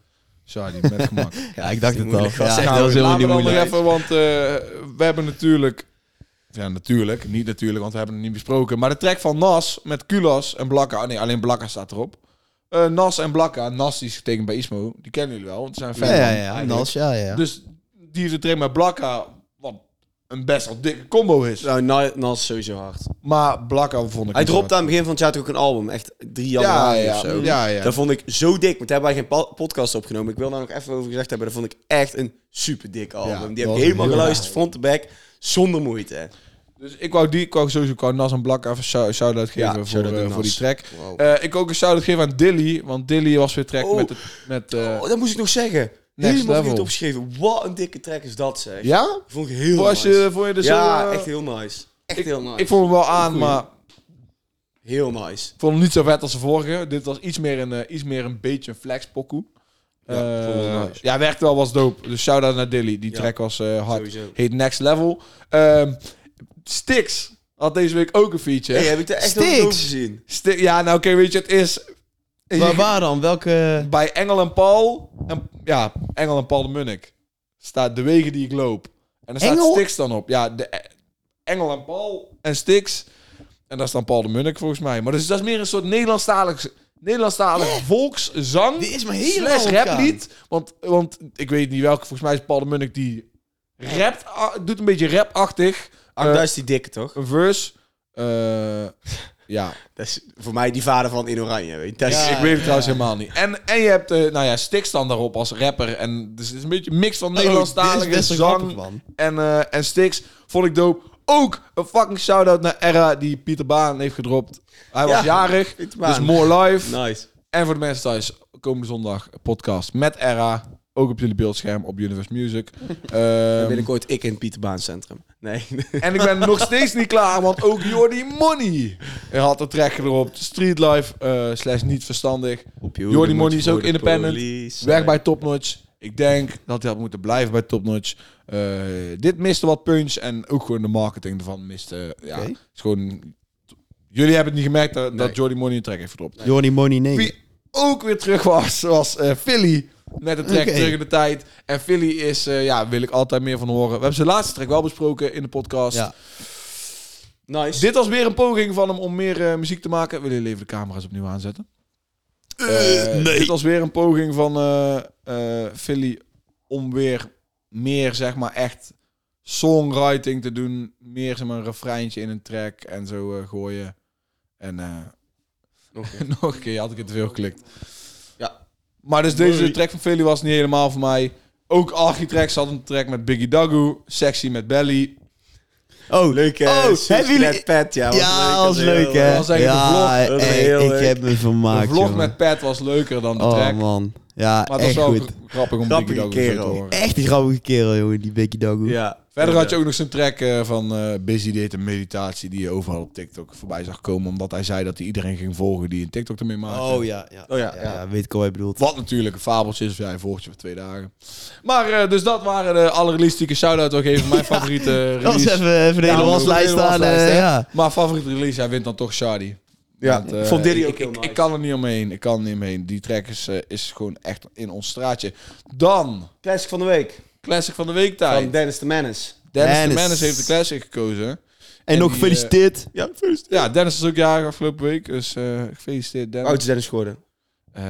Shardy, met gemak. Ja, ik dacht het wel. moeilijk, gast. Ja, Echt, dat is helemaal Nou, Laten niet we dan nog moeilijk. even, want eh, we hebben natuurlijk... Ja, natuurlijk. Niet natuurlijk, want we hebben het niet besproken. Maar de track van Nas met Kulas en Blakka. oh, Nee, alleen Blakka staat erop. Eh, Nas en Blakka. Nas die is getekend bij Ismo. Die kennen jullie wel, want ze zijn fan Ja, ja, van ja. eigenlijk. Nas, ja, ja. Dus die heeft een track met Blakka, wat een best wel dikke combo is. Nou, Na- Nas sowieso hard. Maar Blakka vond ik... Hij niet zo dropte aan het begin van het jaar toch ook een album. Echt 3 Ja, januari ja, of zo. ja, ja. Dat vond ik zo dik. Want daar hebben wij geen pa- podcast opgenomen. Ik wil daar nog even over gezegd hebben. Dat vond ik echt een super dik album. Ja, Die dat heb was ik helemaal heel geluisterd, erg. front to back, zonder moeite. Dus ik wou die, ik wou sowieso qua Nas en Blak even shou- shout-out geven Ja, voor, shout-out eh, aan voor die Nas. track. Wow. Eh, ik ook een shout-out geven aan Dilly, want Dilly was weer track Oh. met... Het, met eh, oh, dat moest ik nog zeggen. Next helemaal level. verkeerd opgeschreven. Wat een dikke track is dat, zeg. ja? Vond ik heel Voor als nice. je, voor je dus ja, zo, eh, echt heel nice. Echt ik, heel nice. ik vond hem wel aan, maar Heel nice. ik vond hem niet zo vet als de vorige. Dit was iets meer een, eh, iets meer een beetje een flexpokoe. Ja, Eh, vond ik wel nice. ja, werkte wel, was dope. Dus shout-out naar Dilly. Die Ja, track was eh, hard. sowieso. Heet Next Level. Ehm Stix had deze week ook een feature. Hey, heb ik er echt Sticks. heel veel gezien. Sti- ja, nou oké, weet je, het is... Waar, waar dan? Welke... bij Engel en Paul. En, ja, Engel en Paul de Munnik. Staat de wegen die ik loop. En daar staat Engel? Stix dan op. Ja, de, eh, Engel en Paul en Stix. En dat is dan Paul de Munnik volgens mij. Maar dus dat is meer een soort Nederlandstalig, Nederlandstalig volkszang. Die is maar helemaal slash ontgaan. raplied. Want, want ik weet niet welke. Volgens mij is Paul de Munnik die rapt. ah, Doet een beetje rapachtig. Ach, Eh, Ah, daar is die dikke, toch? Een verse. Eh, ja, Dat is voor mij die vader van In Oranje, weet je. Dat is- dus Ja. ik weet het trouwens helemaal niet. En, en je hebt, eh, nou ja, Stix dan daarop als rapper. En dus het is een beetje een mix van Oh, dit is Nederlandstalige best wel grappig, zang man. en, eh en Stix. Vond ik dope. Ook een fucking shout-out naar Era die Pieter Baan heeft gedropt. Hij was Ja, jarig, Pieter dus Baan. more life. Nou. Nice. En voor de mensen thuis, komende zondag podcast met Era. Ook op jullie beeldscherm op Universe Music. Ehm, En binnenkort ik in het Pieterbaancentrum. Nee. en ik ben nog steeds niet klaar, want ook Jordi Money had een track erop. Streetlife eh slash niet verstandig. Op Jordi Money is ook independent. Weg bij bij Topnotch. Ik denk dat hij had moeten blijven bij Topnotch. Eh dit miste wat punch en ook gewoon de marketing ervan miste. Ja, Oké. het is gewoon... Jullie hebben het niet gemerkt dat, dat Nee. Jordy Money een track heeft gedropt. Johnny Money nee. Wie ook weer terug was, was eh, Philly. Met een track Oké. terug in de tijd. En Philly is, eh, ja, wil ik altijd meer van horen. We hebben zijn laatste track wel besproken in de podcast. Ja. Nice. Dit was weer een poging van hem om meer eh, muziek te maken. Wil jullie even de camera's opnieuw aanzetten? Eh, Dit was weer een poging van eh, eh, Philly om weer meer, zeg maar, echt songwriting te doen. Meer, zeg maar, een refreintje in een track en zo eh, gooien. En eh, nog een keer had ik het te veel geklikt. Ja. Maar dus deze Mooi. track van Philly was niet helemaal voor mij. Ook Architrex had een track met Biggie Dagu, Sexy met Belly. Oh, leuk hè. Oh, Suus hebben jullie- met Pet, ja. Ja, was was leuk, hè? Dat was echt ja, een vlog. hey, Dat was heel ik leuk. heb me De vermaakt, vlog jongen. met Pat was leuker dan de Oh, track. man. Ja, Maar het was echt wel goed. gra- grappig om Grappige Biggie Dagu zo kerel. te horen. Echt een grappige kerel, jongen, die Becky Dago. Ja. Verder had je ook nog zijn track eh, van eh, Busy Date en Meditatie... die je overal op TikTok voorbij zag komen... omdat hij zei dat hij iedereen ging volgen die een TikTok ermee maakte. Oh ja, ja. Oh, ja, ja. weet ik al wat je bedoelt. Wat natuurlijk een fabeltje is, of jij volgt je voor twee dagen. Maar eh, dus dat waren de alle releases die ik een shout-out wil geven. Mijn favoriete Dat was release. even, even de hele Ja, waslijst de hele aan. waslijst, eh, hè. ja. Maar favoriete release, hij wint dan toch Shardy. Ja, ik vond Diddy ook ik, heel ik, nice. ik kan er niet omheen. Ik kan er niet omheen. Die track is, eh, is gewoon echt in ons straatje. Dan, Classic van de week. classic van de week tijd. Van Dennis de Menace. Dennis, de Dennis. Menace heeft de classic gekozen. En, die, nog eh, gefeliciteerd. ja, gefeliciteerd. Ja, Dennis is ook jarig afgelopen week. Dus eh gefeliciteerd Hoe Dennis. oud is Dennis geworden? Eh,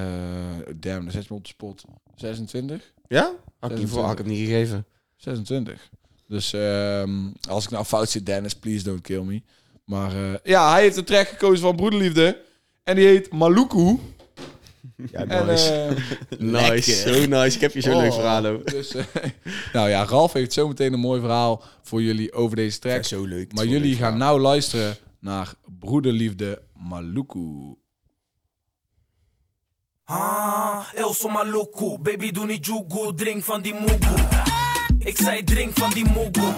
damn, dan zet je me op de spot. 26? Ja? Had ik, niet 26. voor, had ik hem niet gegeven. 26. Dus ehm, als ik nou fout zit, Dennis, please don't kill me. Maar eh, ja, hij heeft een track gekozen van Broederliefde. En die heet Maluku. Ja, En, eh, nice. Zo nice. Ik heb je zo'n Oh. leuk verhaal over. Dus, eh, nou ja, Ralf heeft zometeen een mooi verhaal voor jullie over deze track. Ja, zo leuk. maar Zo jullie leuk gaan nou luisteren naar Broederliefde Maluku. Ah, eu sou maluco, baby doe niet jugu, drink van die moegoe. Ik zei drink van die moegoe.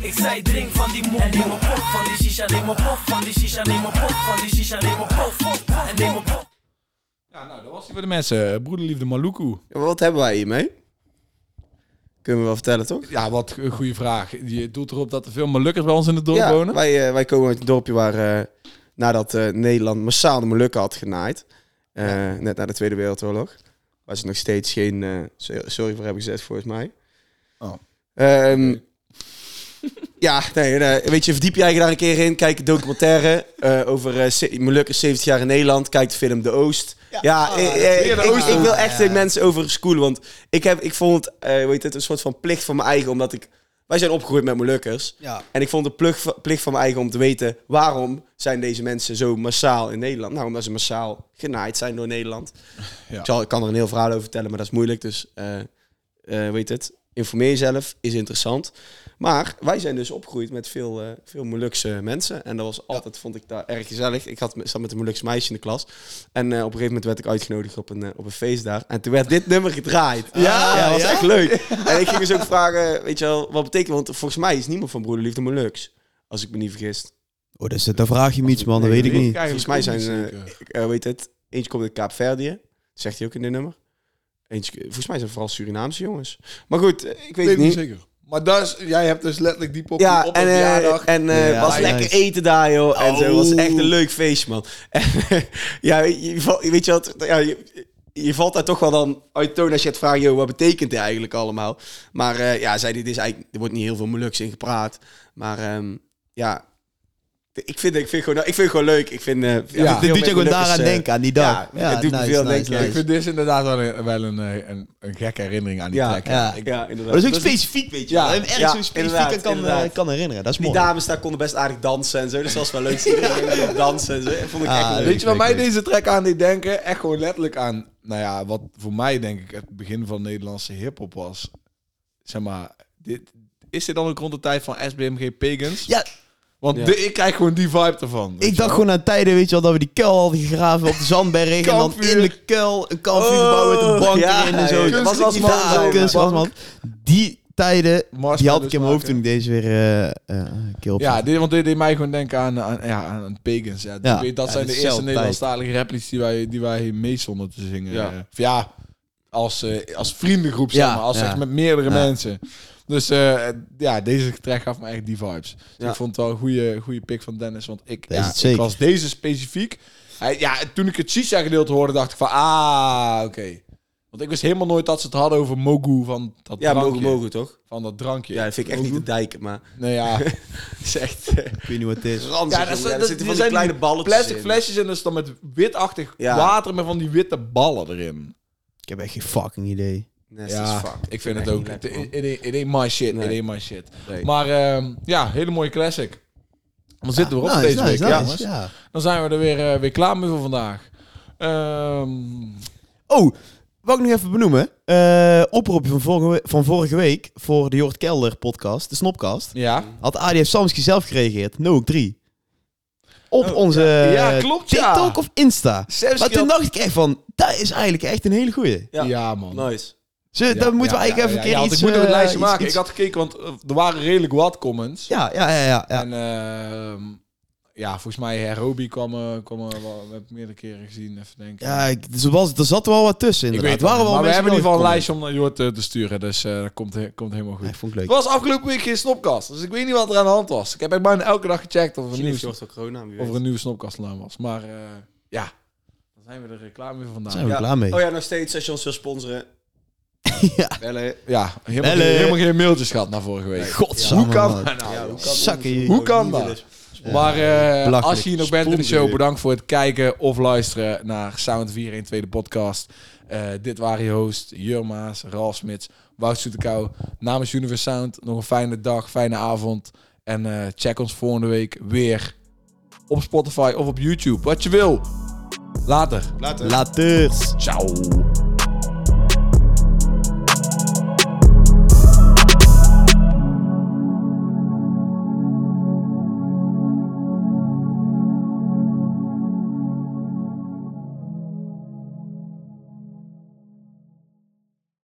Ik zei drink van die moegoe. En neem een pop van die shisha, neem een pop van die shisha, neem een pop van die shisha, neem een pop. En neem een pop. Ja, nou, dat was hij voor de mensen. Broederliefde Maluku. Ja, maar wat hebben wij hiermee? Kunnen we wel vertellen, toch? Ja, wat een goede vraag. Je doet erop dat er veel Molukkers bij ons in het dorp ja, wonen. Wij, eh, wij komen uit een dorpje waar, eh, nadat eh, Nederland massaal de Molukken had genaaid, eh, net na de Tweede Wereldoorlog, was er nog steeds geen... eh, so- sorry voor heb ik gezegd, volgens mij. Oh. Ehm, ja, nee, eh, weet je, verdiep jij je daar een keer in. Kijk een documentaire eh, over eh, se- Molukken 70 jaar in Nederland. Kijk de film De Oost. Ja, eh, eh, Ah, weer De ik, Oost. ik wil echt de mensen over schoolen, want ik, heb, ik vond eh weet het, een soort van plicht van mijn eigen, omdat ik... Wij zijn opgegroeid met Molukkers. Ja. En ik vond het plug- plicht van mijn eigen om te weten waarom zijn deze mensen zo massaal in Nederland. Nou, omdat ze massaal genaaid zijn door Nederland. Ja. Ik, zal, ik kan er een heel verhaal over vertellen, maar dat is moeilijk. Dus eh, eh, weet het, informeer jezelf, is interessant. Maar wij zijn dus opgegroeid met veel, eh, veel Molukse mensen. En dat was altijd, vond ik daar erg gezellig. Ik had, zat met een Molukse meisje in de klas. En eh, op een gegeven moment werd ik uitgenodigd op een, eh, op een feest daar. En toen werd dit nummer gedraaid. Ja? dat was Ja? echt leuk. En ik ging dus ook vragen, weet je wel, wat betekent... Want volgens mij is niemand van Broederliefde Molux. Als ik me niet vergis. Oh, dat, is, dat vraag je me iets, man. Dat weet ik niet. Volgens mij zijn ze, eh, weet het, eentje komt uit Kaapverdië. Zegt hij ook in dit nummer. Eentje, volgens mij zijn het vooral Surinaamse jongens. Maar goed, eh, ik weet weet het ik niet niet. zeker. Maar dat is, jij hebt dus letterlijk die pop Ja, op en, op eh, verjaardag. Oh. en eh, Ja, was nice. lekker eten daar, joh. En zo was echt een leuk feest, man. En, ja, je, val- weet je wat? Ja, je, je valt daar toch wel dan uit toon als je het vraagt, joh, wat betekent dit eigenlijk allemaal? Maar eh, ja, zei hij, dit is eigenlijk, er wordt niet heel veel Molux in gepraat. Maar ehm, ja, ik vind, ik, vind gewoon, ik vind het gewoon leuk. Ik vind, eh, Ja, Dit doet veel met je gewoon Molukkers, daaraan eh, denken, aan die dag. ja, het doet me nice, veel nice, denken. nice. Ik vind dit is inderdaad wel een, wel een, eh, een, een gekke herinnering aan die Ja, track. ja. Ik- Ja, Maar dat inderdaad. Dus is ook specifiek, weet je Ja, wel. En erg ja, zo specifiek inderdaad, en kan, eh, inderdaad. kan herinneren. Dat is Die mooi. dames daar konden best aardig dansen en zo. Dus dat was wel leuk. Ze gingen dansen en zo. Dat vond ik Ah, echt leuk. leuk. Weet je waar Leuk, mij leuk. deze track aan deed denken? Echt gewoon letterlijk aan, nou ja, wat voor mij denk ik het begin van Nederlandse hip-hop was. Zeg maar, dit, is dit dan ook rond de tijd van SBMG Pagans? Ja, Want Ja. de- ik krijg gewoon die vibe ervan. weet je ik dacht wel. gewoon aan tijden, weet je wel, dat we die kuil hadden gegraven op de Zandberg. en dan Kampvuur. in de kuil een kampvuur gebouwd met een bank ja, erin en zo. ja, Ja, ja. Kunstelijk was die man, vibe, man, kunst kunst was, was man. Die tijden, die had ik in mijn hoofd Marshmallows toen ik deze weer eh eh keer op. Ja, dit, want dit deed mij gewoon denken aan, aan, ja, aan, aan Pagans. Ja, Ja. Ik weet, dat zijn Ja, dat de is eerste zelfde Nederlandstalige rappers die wij, die wij mee stonden te zingen. Ja. Eh, Of ja, als, eh, als vriendengroep, Ja, zeg maar. Als ja. echt met meerdere Ja. mensen. Dus eh, ja, deze track gaf me echt die vibes. Dus Ja. ik vond het wel een goede, goede pick van Dennis. Want ik, Dat is ja, het ik zeker. was deze specifiek. Hij- ja, toen ik het Shisha gedeelte hoorde, dacht ik van... Ah, oké. Want ik wist helemaal nooit dat ze het hadden over Mogu van dat Ja, drankje. mogen mogen toch? Van dat drankje. Ja, dat vind ik echt niet te dijken, maar Nee, ja. het is echt eh, Ik weet niet wat het is. ranzig. Ja, jongen. dat, Ja, zijn- er dat- zitten die van die zijn kleine die balletjes Plastic in. flesjes en dus dan met witachtig Ja. water, maar van die witte ballen erin. Ik heb echt geen fucking idee. Nee, dat is Ja, fuck. ik vind echt het ook. niet lekker, man. It ain't- it ain't my shit. It Nee. ain't my shit. Nee. Maar ehm, ja, hele mooie classic. Dan zitten we erop Ah, nice, deze nice, week, nice, jongens. ja. Dan zijn we er weer, eh, weer klaar mee voor vandaag. Ehm, Oh, wat ik nog even benoemen. Eh oproepje van vorige, we- van vorige week voor de Jort Kelder podcast, de Snopcast. ja. Had ADF Samsky zelf gereageerd. No 3. Op onze Oh, Ja, klopt, ja. TikTok of Insta. Samsky maar toen had- dacht ik echt van, dat is eigenlijk echt een hele goeie. Ja, Ja. man. Nice. Ze, dat moeten we eigenlijk even een keer ja, want iets... Ik moet nog een eh, lijstje iets- maken. iets- Ik had gekeken, want eh, er waren redelijk wat comments. Ja, ja, ja, ja. ja. En ehm, ja, volgens mij Herobi kwam, eh kwam eh, wel, we hebben meerdere keren gezien. Even denken. Ja, ik, dus er, was, er zat wel wat tussen ik inderdaad. weet het Waren niet, wel Maar we hebben mensen in ieder geval een die lijstje om naar Jort eh, te sturen. Dus eh, dat komt, he- komt helemaal goed. Nee, vond ik leuk. Het was afgelopen week geen snopkast. Dus ik weet niet wat er aan de hand was. Ik heb echt bijna elke dag gecheckt of er een Misschien nieuwe, is Jort wel corona, wie of er weet. een nieuwe snopkastnaam was. Maar eh, ja, dan zijn we er eh, reclame weer vandaan. Zijn we klaar mee. Oh ja, nog steeds als je ons wil sponsoren. Ja. Bellen. Ja, helemaal, Bellen. geen, helemaal geen mailtjes gehad naar vorige week. Godsamme, Hoe kan man. dat nou? Ja, hoe kan Zakken dat? je. Hoe kan dat? Maar eh, belachelijk. als je hier nog bent in de Sponsor show, weer. bedankt voor het kijken of luisteren naar Sound 412 de podcast. Eh, dit waren je host Jurma's, Ralf Smits, Wout Soetekouw. Namens Universe Sound nog een fijne dag, fijne avond. En eh, check ons volgende week weer op Spotify of op YouTube. Wat je wil. Later. Laters. Ciao.